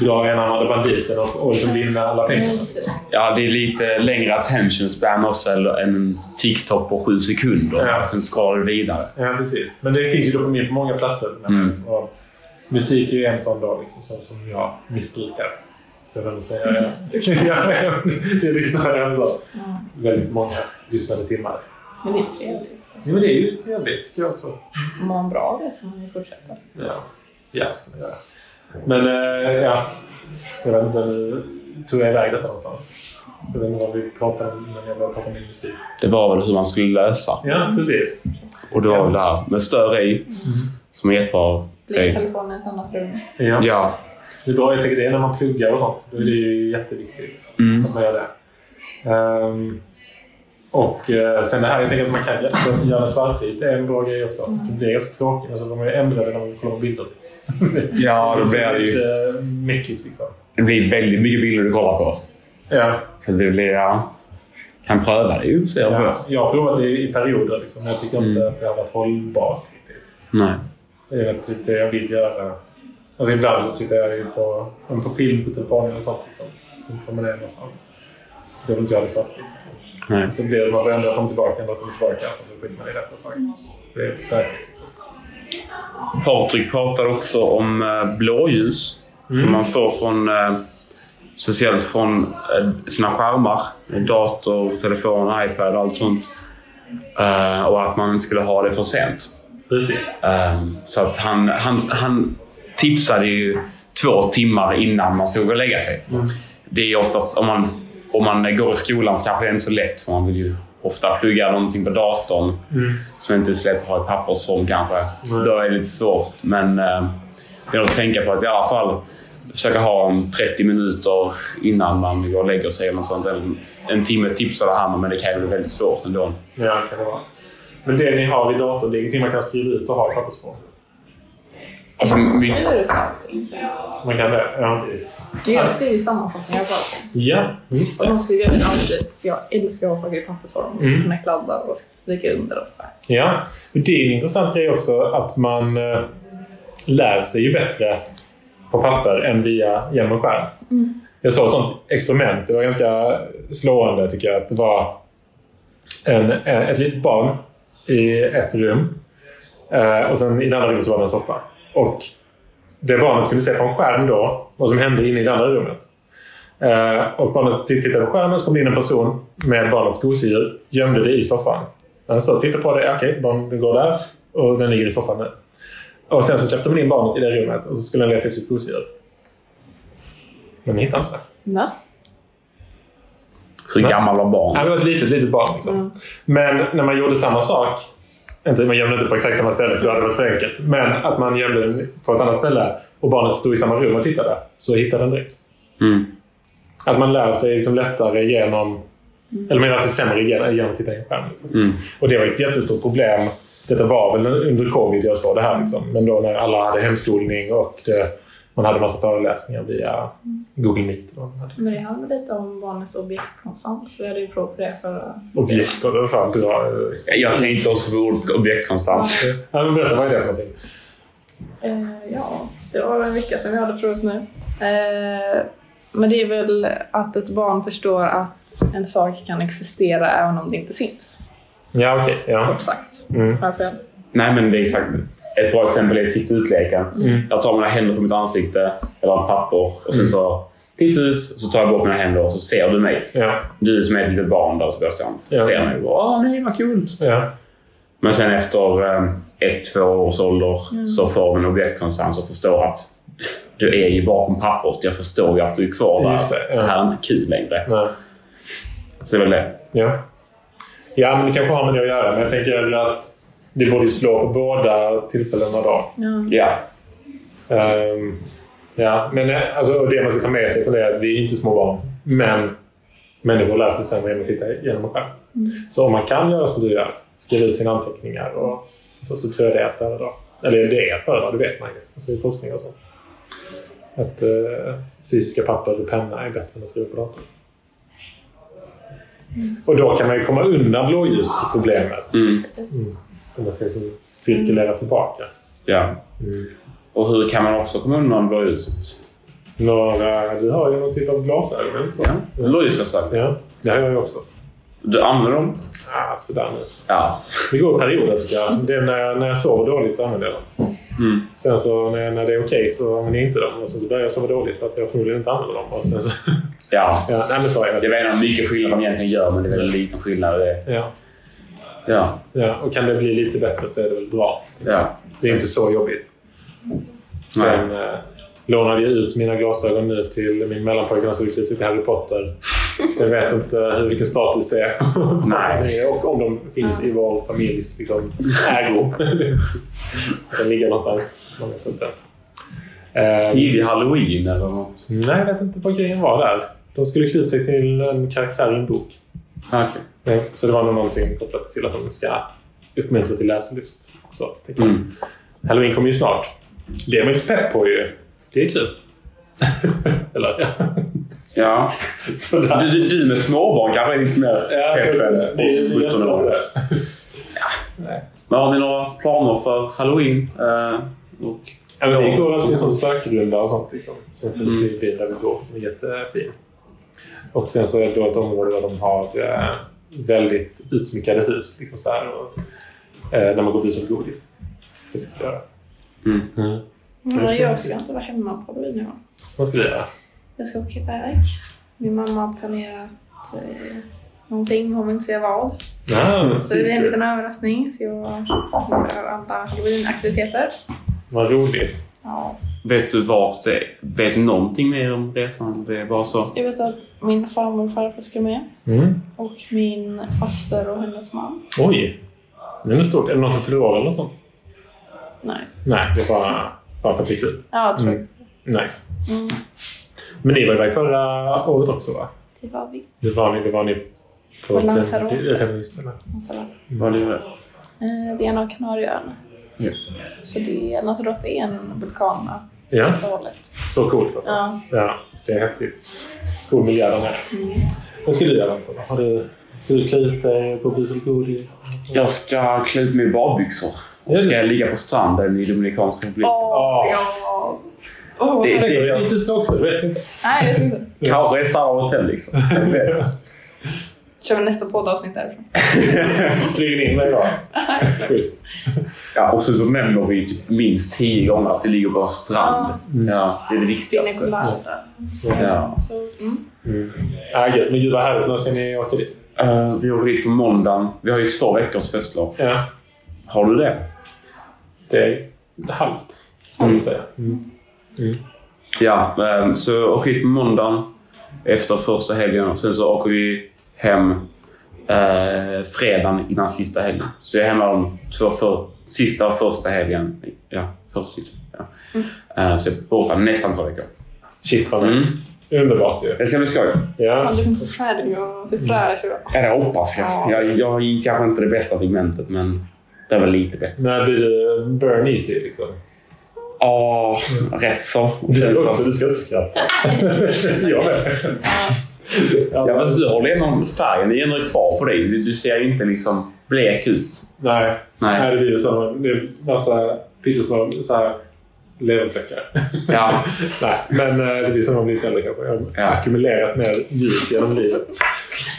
dra enarmade banditen och, och liksom vinna alla Ja, pengar. precis. Ja, det är lite längre attention span också eller en TikTok på sju sekunder. Ja. Sen scrollar du vidare. Ja, precis. Men det finns ju dopamin på många platser. Men Mm. liksom, och musik är ju en sån dag liksom, som, som jag missbrukar. För vem säger jag? jag, jag lyssnar en sån. Ja. Väldigt många lyssnade timmar. Men det är trevligt. Ja, men det är ju trevligt tycker jag också. Mår man bra av det så får man ju fortsätta. Ja, ja det ska man göra. Men eh, ja, jag vet inte. Nu tog jag iväg detta någonstans. Jag vet inte vad vi pratade om innan jag började prata om min musik. Det var väl hur man skulle lösa. Ja, precis. Och det var väl det här med större i, som är jättebra Lägg grej. telefonen i ett annat rum. Ja. Ja. Det är bra, jag tänker det är när man pluggar och sånt. Då är det ju jätteviktigt Mm. att man gör det. Ehm, och eh, sen det här, jag tänker att man kan gö- göra svartvitt. Det är en bra grej också. Det blir ganska tråkigt alltså, men så får man ju ändra det när man kollar på bilder. Typ. Ja, då blir det ju- lite mäckigt liksom. Det blir väldigt mycket bilder du kollar på. Ja. Så det blir... Ja, kan pröva det ju, säger jag. Ja, jag har provat det i perioder, liksom, men jag tycker Mm. inte att det har varit hållbart riktigt. Nej. Det är precis det jag vill göra. Alltså ibland så tittar jag ju på, ja, men på film på telefonen eller sånt. Liksom. Då får man det någonstans. Då vill inte jag ha det svartvitt. Liksom. Nej. Så blir det man får ändra fram och tillbaka, ändra fram och tillbaka. Sen så skiter man i det efter ett tag. Det är bökigt. Liksom. Patrik pratar också om eh, blåljus som man får från eh, speciellt från eh, sina skärmar. Dator, telefon, iPad och allt sånt. Eh, och att man inte skulle ha det för sent. Precis. Ehm, Så att han, han, han tipsade ju två timmar innan man skulle gå och lägga sig. Det är ju oftast om man, om man går i skolan så kanske det är inte så lätt för man vill ju ofta plugga någonting på datorn som inte är så lätt att ha i pappersform kanske. Nej. Då är det lite svårt. Men ehm, det är något att tänka på att i alla fall försöka ha en 30 minuter innan man går och lägger sig. Eller något sånt. En, en timme tipsade han om, men det kan ju bli väldigt svårt ändå. Ja, det kan det vara. Men det ni har i datorn, det är ingenting man kan skriva ut och ha i pappersform? Alltså, my- Nu är det för allting. Man kan det? Ja. Jag skriver sammanfattningar på allting. Ja, just Och det. de skriver jag ut alltid. för Jag älskar att ha saker i pappersform. Mm. Mm. Kunna kladda och stryka under och sådär. Ja, men det är en intressant grej också att man eh, lär sig ju bättre på papper än via genom och skärm. Mm. Jag såg ett sånt experiment. Det var ganska slående tycker jag. Att det var en, eh, ett litet barn i ett rum eh, och sen i det andra rummet så var det en soffa. Och det barnet kunde se på en skärm då vad som hände inne i det andra rummet. Eh, och barnet t- tittade på skärmen så kom det in en person med barnets gosedjur. Gömde det i soffan. Den så titta på det. Okej, barnet går där. Och den ligger i soffan nu. Och sen så släppte man in barnet i det rummet och så skulle den leta upp sitt gosedjur. Men den hittade inte det. Va? hur gammal var barnet? Han var ett litet, litet barn. Liksom. Mm. Men när man gjorde samma sak. Inte, man gömde inte på exakt samma ställe för det hade varit för enkelt. Men att man gömde den på ett annat ställe och barnet stod i samma rum och tittade. Så hittade den direkt. Mm. Att man lär sig liksom lättare genom... Eller man lär sig sämre gen- genom att titta i en skärm. Liksom. Mm. Och det var ett jättestort problem. Detta var väl under covid jag såg det här. Liksom. Men då när alla hade hemskolning och det, man hade massa föreläsningar via Google Meet. Och man hade Men det handlar lite om barnets objektkonstans. Vi hade ju prov på det förra... objekt och det var fan dra... Jag tänkte också på ordet objektkonstans. Ja, men berätta, vad är det för någonting? Eh, ja, det var en vecka sedan vi hade provet nu. Eh, men det är väl att ett barn förstår att en sak kan existera även om det inte syns. Ja, okej. ja. Kort sagt. Mm. Varför jag Nej, men det är exakt. Ett bra exempel är titta ut-leken. Mm. Jag tar mina händer på mitt ansikte, eller en papper, och sen så titta ut, så tar jag bort mina händer och så ser du mig. Ja, Du som är ett litet barn där och så börjar jag Ja. ser mig. och bara, Åh, nej, vad kul! ja. Men sen efter eh, ett, två års ålder Mm. så får du en objektkonstans och förstår att du är ju bakom pappret. Jag förstår ju att du är kvar där. Just det, ja. här är inte kul längre. Nej. Så det är väl det. Ja. ja, men det kanske har med det att göra. Men jag tänker att det borde ju slå på båda tillfällena då. Ja. Ja. Ehm, ja, men eh, alltså, och det man ska ta med sig från det är att vi är inte små barn. Men människor lär sig sämre genom att titta genom en skärm. Så om man kan göra som du gör, skriva ut sina anteckningar och så, så tror jag det är att föredra. Eller det är att föredra, det vet man ju. Alltså i forskning och så. Att eh, fysiska papper och penna är bättre än att skriva på datorn. Och då kan man ju komma undan blåljusproblemet. Mm. Om man ska liksom cirkulera tillbaka. ja. Mm. Och hur kan man också komma undan blåljuset? Några, du har ju någon typ av glasögon. eller Så. Ja. Blåljusglasögon. ja, det har jag ju också. Du använder dem? Ah, sådär nu. Ja. Det går i perioder tycker jag. Det är när, jag. när jag sover dåligt så använder jag dem. Mm. Sen så när, när det är okej så använder jag inte dem. Och sen så börjar jag sova dåligt för att jag förmodligen inte använder dem. Och sen så, Ja. ja, nej men så är Det är det. väl en mycket skillnad de egentligen gör, men det är väl en liten skillnad. Det. Ja, Ja. ja. Och kan det bli lite bättre så är det väl bra. ja. Det är inte så jobbigt. Sen eh, lånade jag ut mina glasögon nu till min mellanpojke som skulle sitta i Harry Potter. Så jag vet inte hur, vilken status det är på Nej. och om de finns i vår familjs liksom, ägo. Den ligger någonstans. Man vet inte. Eh, Tidig halloween eller något. nej, jag vet inte vad grejen var där. De skulle knyta sig till en karaktär i en bok. Ah, Okej. Nej, så det var nog någonting kopplat till att de ska uppmuntra till läslust. Så, tänker jag. Mm. Halloween kommer ju snart. Det är man inte pepp på ju. Det är kul. Eller ja. Ja. Du, Sådär. du, du med småbarn kanske är lite mer Ja, pepp det- det- än oss det- det- 17-åringar. Men har ni några planer för halloween? Eh, och Ja, men vi går alltid en sån spökrunda och sånt. Liksom. Som finns i byn där vi går. Som är jättefin. Och sen så är det då ett område där de har eh, väldigt utsmyckade hus. Liksom så här, och, eh, när man går och busar på godis. Så det ska vi göra. Mm. Men jag ska inte vara hemma på halloween i år. Vad ska vi göra? Jag ska åka iväg. Min mamma har planerat eh, någonting om inte säga vad. Ah, Så det blir en secret. liten överraskning. Så jag missar alla halloweenaktiviteter. Vad roligt. Ja. Vet du vart det Vet du någonting mer om resan? Det är bara så. Jag vet att min farmor och farfar ska med. Mm. Och min faster och hennes man. Oj! Det är nog stort. Är det någon som fyller år eller något sånt? Nej. Nej, det är bara, bara för att det är kul. Ja, jag tror Mm. mm. Nice. Mm. Men ni var iväg förra året också va? Det var vi. Det var ni, det var ni på... På Lanzarote. Ja, just det. Alltså, Vad är det? eh, det är en av Kanarieöarna. Ja. Så det är, Lanzarote är en vulkan Ja, helt och hållet. så coolt alltså. Ja. Ja, det är häftigt. Cool miljö där nere. Mm. Vad ska du göra Anton? Har du, ska du klä ut dig på bus och godis? Jag ska klä ut mig i badbyxor. Och ska jag ligga på stranden i Dominikanska republiken. Åh, Åh. ja. Åh, Det- nej, Tänker du att du ska också? Du vet inte. det ska vi inte. Kanske i samma hotell liksom. Vem vet? Kör vi nästa poddavsnitt därifrån. Flyger in med idag. Schysst. ja, och sen så nämner vi typ minst tio gånger att det ligger på en strand. Mm. Ja, det är det Vinne viktigaste. Colada. Ja. Så, mm. Mm. Ah, gud, men gud vad härligt. När ska ni åka dit? Eh, vi åker dit på måndagen. Vi har ju två veckors festlov. Ja, Har du det? det är halvt. Kan man säga. Mm. Ja, ehm, så jag åker hit på måndagen efter första helgen och sen så åker vi hem eh, fredagen innan sista helgen. Så jag är hemma de två för, sista och första helgen. Ja, första, ja. Eh, så jag är borta nästan två veckor. Shit vad nice. Mm. Underbart ju. Det ska bli skoj. Ja. Fan, du kommer få färg och se fräsch ut. Ja, det hoppas jag. Jag, jag är kanske inte det bästa pigmentet, men det var lite bättre. När blir du burn easy liksom? Ja, rätt så. Sen Du så- också, du ska inte skratta. Jag med. Ja, men du håller ändå färgen är ändå kvar på dig. Du, du ser ju inte liksom blek ut. Nej. Nej. Nej, det blir ju så. Det är massa pyttesmå så här leverfläckar. Ja. Nej, men eh, det blir som om lite äldre kanske. Jag har Ja. ackumulerat mer ljus genom livet.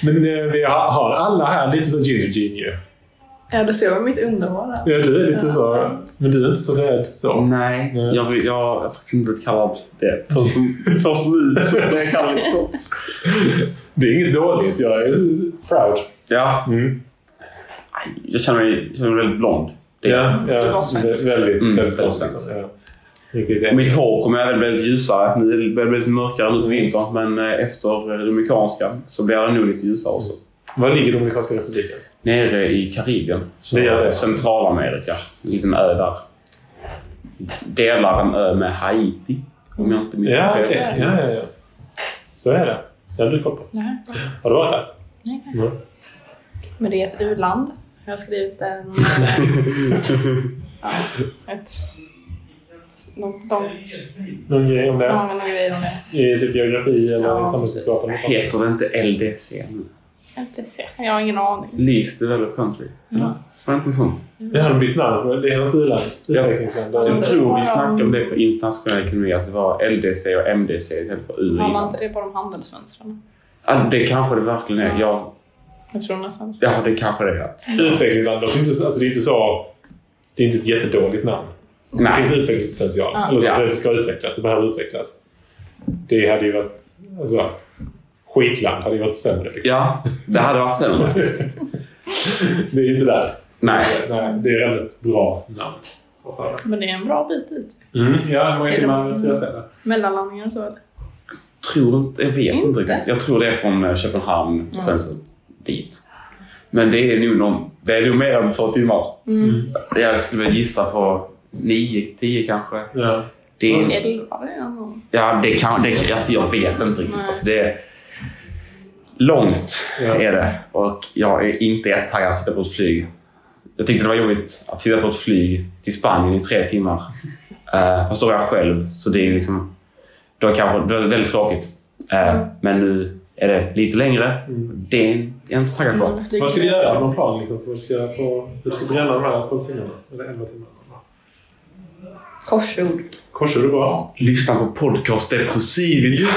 Men eh, vi har, har alla här lite så ginger gin ju. Ja, du ser väl mitt underhår där. Ja, du är lite så. Men du är inte så röd så. Nej, Nej. Jag, vill- jag har faktiskt inte blivit kallad det. Först, Mm. först nu så blev jag kallad så. Det är inget dåligt. Jag är proud. Ja, Mm. aj, jag känner mig, jag känner mig väldigt blond. Det. Ja, Det är bara ja. svenskt. Väldigt, Mm, väldigt bra. väldigt svenskt. Ja. Riktigt, ja. Och Mitt hår kommer även bli lite ljusare. Nu är det börjar bli lite mörkare nu på vintern, men eh, efter eh, Dominikanska så blir det nog lite ljusare också. Var ligger Dominikanska republiken? Nere i Karibien, så Det gör det. Centralamerika, en liten ö där. Delar en ö med Haiti, om jag inte minns Ja, fel. okej. ja, ja, ja. Så är det. Det hade du koll på. Nej, Har du varit där? nej, nej. Mm. Men det är ett u-land. Jag har skrivit en... ja, ett... Något långt... Någon grej om det? Många grejer om det. I typ geografi eller Ja, i samhällskunskap eller något sånt? Heter det inte LDC nu? Jag vet inte se. Jag har ingen aning. Least Developed Country? Mm. Var det inte sånt? Det har de bytt namn på. Det är något u-land. Utvecklingsland. Ja. Jag Ja. tror vi snackade om det på internationell ekonomi, att det var LDC och MDC istället för U. Har man innan. inte det på de handelsmönstren? Ja, det kanske det verkligen är. Ja, Jag tror nästan ja det kanske det är. Mm. Utvecklingsland. Det är, inte, alltså det är inte så... Det är inte ett jättedåligt namn. Det Nej. finns utvecklingspotential. Ja. Eller så, Ja. Det ska utvecklas. Det behöver utvecklas. Det hade ju varit... Alltså, skitland hade ju varit sämre. Liksom. Ja, det hade varit sämre. Det är ju inte där. Nej. Nej, det är väldigt bra namn. Så för det. Men det är en bra bit dit. Mm. Ja, hur många Är det- timmar ska jag säga det? Mellanlandningar och så eller? Tror inte, jag vet inte Inte? riktigt. Jag tror det är från eh, Köpenhamn och Mm. sen så dit. Men det är nog, någon, det är nog mer än två timmar. Mm. Jag skulle gissa på nio, tio kanske. Ja. Det Mm. är, Elva det är nog. Ja, det kan, det, alltså jag vet inte riktigt. Nej. Alltså det är långt Ja. är det och jag är inte jättetaggad att sitta på ett flyg. Jag tyckte det var jobbigt att sitta på ett flyg till Spanien i tre timmar. Uh, fast då var jag själv, så det är ju liksom... Då kanske, då är det väldigt tråkigt. Eh, Mm. Men nu är det lite längre. Mm. Det är jag inte så taggad på. Man flyger- Vad ska du göra? Har du någon plan liksom, på hur du ska, på, hur du ska bränna de här 12 timmarna? Eller 11 timmarna? Korsord. Korsar du bra? Lyssna på podcast depressivt. Ja,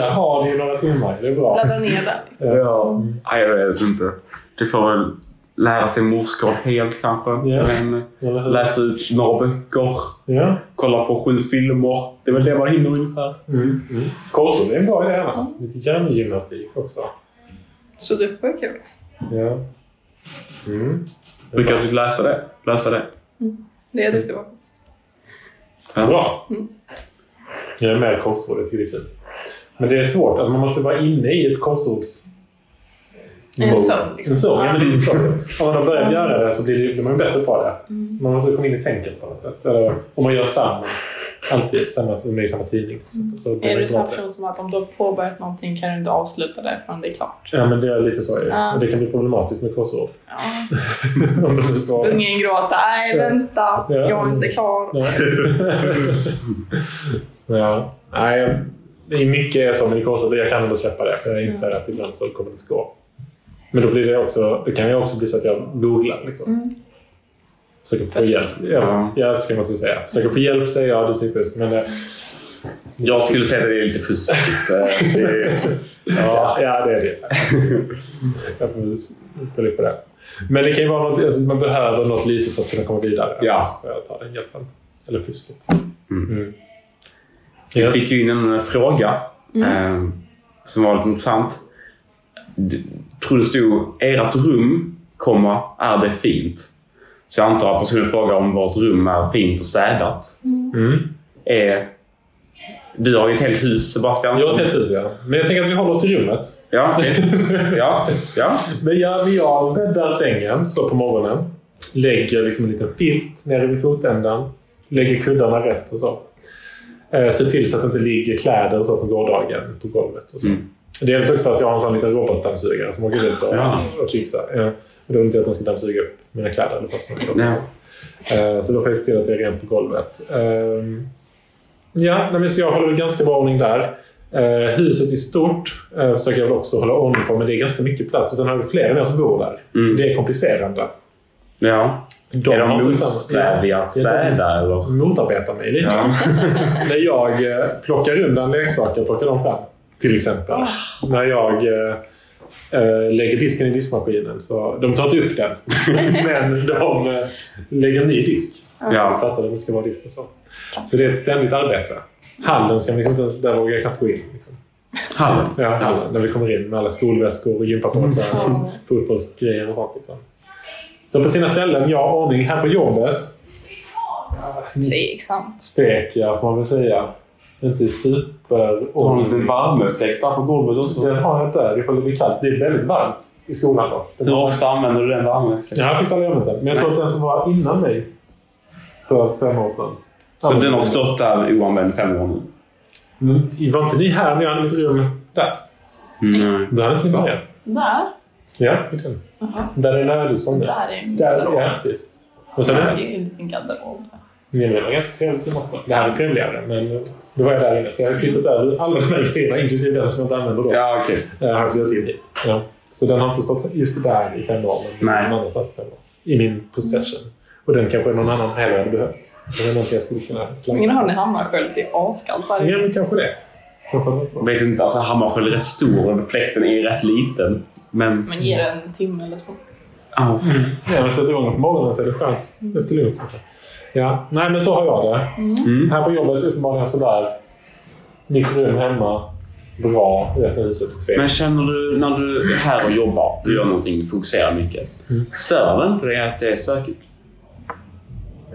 där har ni några timmar. Det är bra. Ladda ner den. Liksom. Ja. Nej, jag vet inte. Det får väl lära sig morskor helt kanske. Ja. Men, Eller hur? läsa ut några böcker, Ja. kolla på sju filmer. Det är väl det man hinner ungefär. Mm. Mm. Korsord är en bra idé annars. Lite hjärngymnastik också. Så det var kul. Ja. Mm. Brukar du läsa det? Läsa det? Det är jag duktig på faktiskt. Ja. Bra. Mm. Jag är med i korsord, jag tycker det är kul. Men det är svårt. Alltså, man måste vara inne i ett korsords... En mode. sån, liksom. En sån, ja. Ja. men det är ju så. Om man börjar göra det så blir, det, blir man ju bättre på det. Mm. Man måste komma in i tänket på något sätt. Eller, om man gör samma, alltid samma som i samma tidning. till exempel, Så blir Är man du inte så bättre. person som att om du har påbörjat någonting kan du inte avsluta det förrän det är klart? Ja, men det är lite så. är det. Ja. Och Det kan bli problematiskt med korsord. Ja. om de är svåra. Ungen gråter. Nej, vänta. Ja. Jag är inte klar. Nej. ja. Nej, det är mycket är så med korsord. Jag kan ändå släppa det. För jag inser att ibland så kommer det inte gå. Men då blir det också, det kan ju också bli så att jag googlar. Liksom. Mm. Försöker få hjälp. Ja, ja, så kan man också säga. Försöker få hjälp säger jag, det är psykiskt. Men det, Jag skulle säga att det är lite fusk faktiskt. Eh, det är- Ja, ja det är det. Jag får väl ställa upp på det. Men det kan ju vara något, alltså man behöver något litet för att kunna komma vidare. Ja. Så får jag ta den hjälpen. Eller fusket. Mm. Vi Yes. fick ju in en eh, fråga eh, som var lite intressant. D- Tror det stod ert rum, komma, är det fint? Så jag antar att personen frågar om vårt rum är fint och städat. Mm. Är, du har ju ett helt hus Sebastian. Jag har ett helt hus, ja. Men jag tänker att vi håller oss till rummet. Ja, okej. ja, ja. Men jag, men jag bäddar sängen så på morgonen. Lägger liksom en liten filt nere vid fotändan. Lägger kuddarna rätt och så. Eh, ser till så att det inte ligger kläder och så från gårdagen på golvet. Och så. Mm. Det är också för att jag har en sån liten robotdammsugare som åker runt och, Ja. och fixar. Eh, och då vill inte jag att den ska dammsuga upp mina kläder eller fastna i dem. Nej. Eh, så då får jag se till att det är rent på golvet. Ehm, Ja, nej, men så jag håller väl ganska bra ordning där. Eh, huset i stort eh, försöker jag väl också hålla ordning på, men det är ganska mycket plats. Och sen har vi fler än jag som bor där. Mm. Det är komplicerande. ja. De är har de inte samma- motsträviga att Ja, städa? eller? De motarbetar mig lite. Ja. När jag eh, plockar undan leksaker plockar de fram. Till exempel. När jag eh, eh, lägger disken i diskmaskinen. Så de tar inte upp den. men de eh, lägger ny disk. Ja. platser där det ska vara disk och så. Så det är ett ständigt arbete. Hallen ska man liksom inte ens, där vågar jag knappt gå in. Liksom. Hallen. Ja, hallen, när vi kommer in med alla skolväskor och gympapåsar Mm. och fotbollsgrejer och sånt. Liksom. Så på sina ställen, ja, ordning här på jobbet. Typ. Tveksamt. Spek, ja, får man väl säga. Inte superordning. värmefläkt där på golvet Den har jag där ifall det blir kallt. Det är väldigt varmt i skolan då. Den Hur har- ofta använder du den värmefläkten? Ja, här finns aldrig använt den. Men jag tror att den som var innan mig för fem år sedan. Så den har stått där oanvänd fem år nu? Mm, Var inte ni här när jag hade mitt rum där? Nej. Där hade ni börjat. Där. Ja, i den. Jaha. Där är närljusen. Där, Där är min garderob. ja precis. Och sen Det är är det. ju en liten garderob. Det var ganska trevligt i morse. Det här är trevligare, men då var jag där inne. Så jag har flyttat över alla de här grejerna, inklusive den som jag inte använder då. Ja, okej. Eh, Har jag flyttat in hit. Ja. Så den har inte stått just där i fem år, men Nej. någon annanstans i fem år. I min possession. Och den kanske någon annan heller hade behövt. Det var något jag skulle kunna Ingen flagga. har ni Hammarskjöld. Det är askallt där. Ja, men kanske det. Kanske det. Jag vet inte, alltså Hammarskjöld är rätt stor och fläkten är rätt liten. Men... Men ge det en timme eller två. Ja. Ja, men sätter igång den på morgonen så är det skönt Mm. efter lunch kanske. Ja, nej men så har jag det. Mm. Här på jobbet uppenbarligen sådär. Mitt rum hemma, bra. Resten av huset är tvek. Men känner du när du är här och jobbar, du gör någonting, du fokuserar mycket. Stör det inte dig att det är stökigt?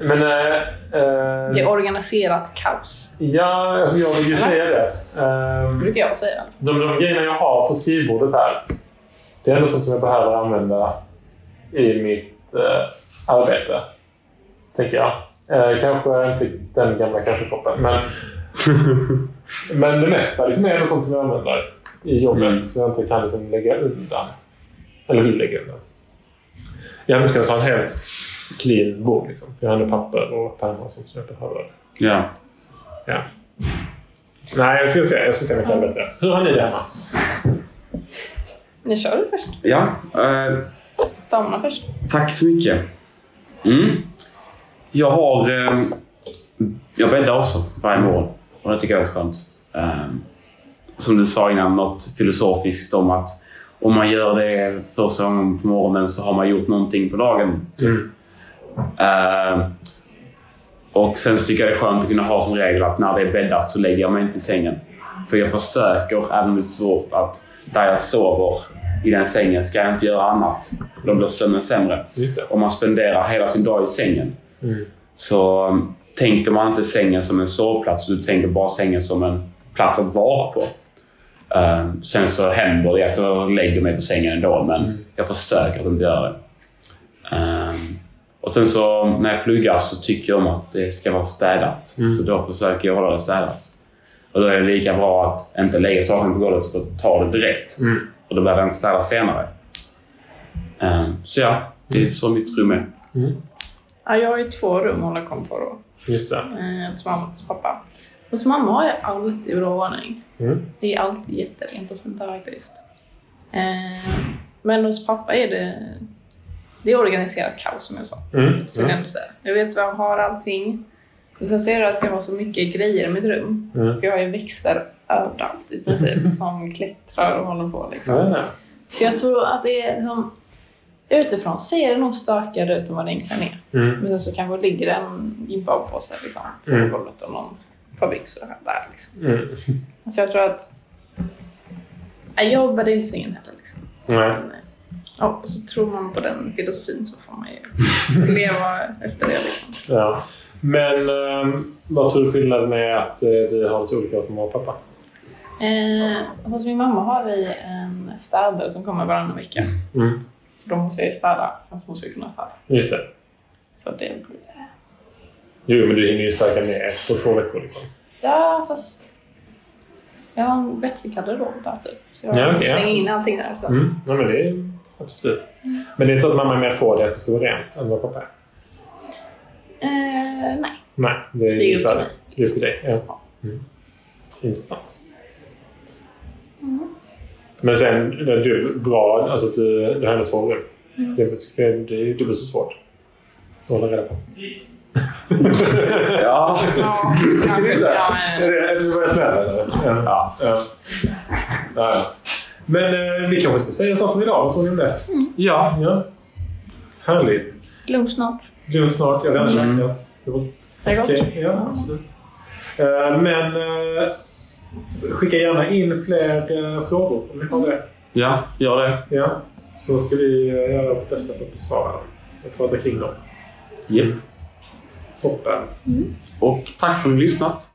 Men... eh, eh, Det är organiserat kaos. ja, alltså jag vill ju säga det. Ehm, Brukar jag säga. de, de grejerna jag har på skrivbordet här. Det är ändå sånt som jag behöver använda i mitt eh, arbete. Tänker jag. Eh, kanske inte den gamla kaffekoppen, men... men det mesta liksom är ändå sånt som jag använder i jobbet. Mm. Så jag inte kan liksom lägga undan. Eller vill lägga undan. Jag hade inte kunnat ha en helt clean bok. Liksom. Jag har ändå papper och pärmar och sånt som jag behöver. Ja. Ja. Nej, jag ska se. Jag ska se om jag kan bättre. Hur har ni det hemma? Nu kör du först. Ja. eh, Damerna först. Tack så mycket. Mm. Jag har... Eh, jag bäddar också varje morgon. Och det tycker jag är skönt. Eh, som du sa innan, något filosofiskt om att om man gör det första gången på morgonen så har man gjort någonting på dagen. Eh, och sen så tycker jag det är skönt att kunna ha som regel att när det är bäddat så lägger jag mig inte i sängen. För jag försöker, även om det är svårt, att där jag sover i den sängen ska jag inte göra annat. Då blir sömnen sämre. Just det. Om man spenderar hela sin dag i sängen Mm. så um, tänker man inte sängen som en sovplats. Du tänker bara sängen som en plats att vara på. Um, sen så händer det att jag lägger mig på sängen ändå, men Mm. jag försöker att inte göra det. Um, och sen så um, när jag pluggar så tycker jag om att det ska vara städat. Mm. Så då försöker jag hålla det städat. Och då är det lika bra att inte lägga saken på golvet för att ta det direkt. Mm. Och då behöver jag inte städa senare. Um, så ja, det är så mitt rum är. Ja, jag har ju två rum att hålla koll på då. Just det. Eh, Hos mamma och hos pappa. Hos mamma har jag alltid bra ordning. Mm. Det är alltid jätterent och fint där faktiskt. Eh, men hos pappa är det, det är organiserat kaos som jag sa. Mm. Så jag Mm. kan säga. Jag vet vad jag har allting. Och sen så är det att jag har så mycket grejer i mitt rum. Mm. Jag har ju växter överallt i princip som klättrar och håller på. Liksom. Ja, ja. Så jag tror att det är som, utifrån ser det nog stökigare ut än vad det egentligen är. Mm. Men sen så kanske ligger det en gympapåse liksom, på Mm. golvet och någon par byxor här och där. Liksom. Mm. Så jag tror att... Nej, Jag jobbade inte sängen heller. Liksom. Nej. Men, eh, ja, och så tror man på den filosofin så får man ju leva efter det. Liksom. Ja. Men ehm, vad tror du skillnaden är att eh, du har så olika som mamma och pappa? Eh, hos min mamma har vi en städare som kommer varannan vecka. Mm. Så då måste jag ju städa, fast hon ska kunna städa. Just det. Så det blir... Jo, men du hinner ju stärka ner på två veckor. Liksom. Ja, fast... Jag har en bättre garderob där typ. Så jag Ja, okej, ja. slänger in allting där. Så. att- Mm. Ja, men det är absolut. Men det är inte så att mamma är mer på det att det ska vara rent än vad pappa är? Eh, nej. Nej, det är, Det är upp till färdigt. Det är upp till dig. Ja. Mm. Intressant. Mm. Men sen, det är du bra, alltså att du, du har ändå två rum. Mm. Det, är- det är ju dubbelt så svårt att hålla reda på. Ja. Ja, kanske. Ja, Är men, det, är det var jag snäll eller? Ja. ja. Ja. Ja, ja. Men eh, vi kanske ska säga så för idag. Vad tror ni om det? Ja. Mm. Ja. Härligt. lunch snart. Lunch snart. Jag har redan Mm. käkat. Det var Det är gott. Okej, ja absolut. Eh, Men eh, skicka gärna in fler eh, frågor om ni har det. Ja, gör det. Ja. Så ska vi eh, göra vårt bästa för att besvara dem och prata kring dem. Japp. Toppen. Och tack för att ni har lyssnat.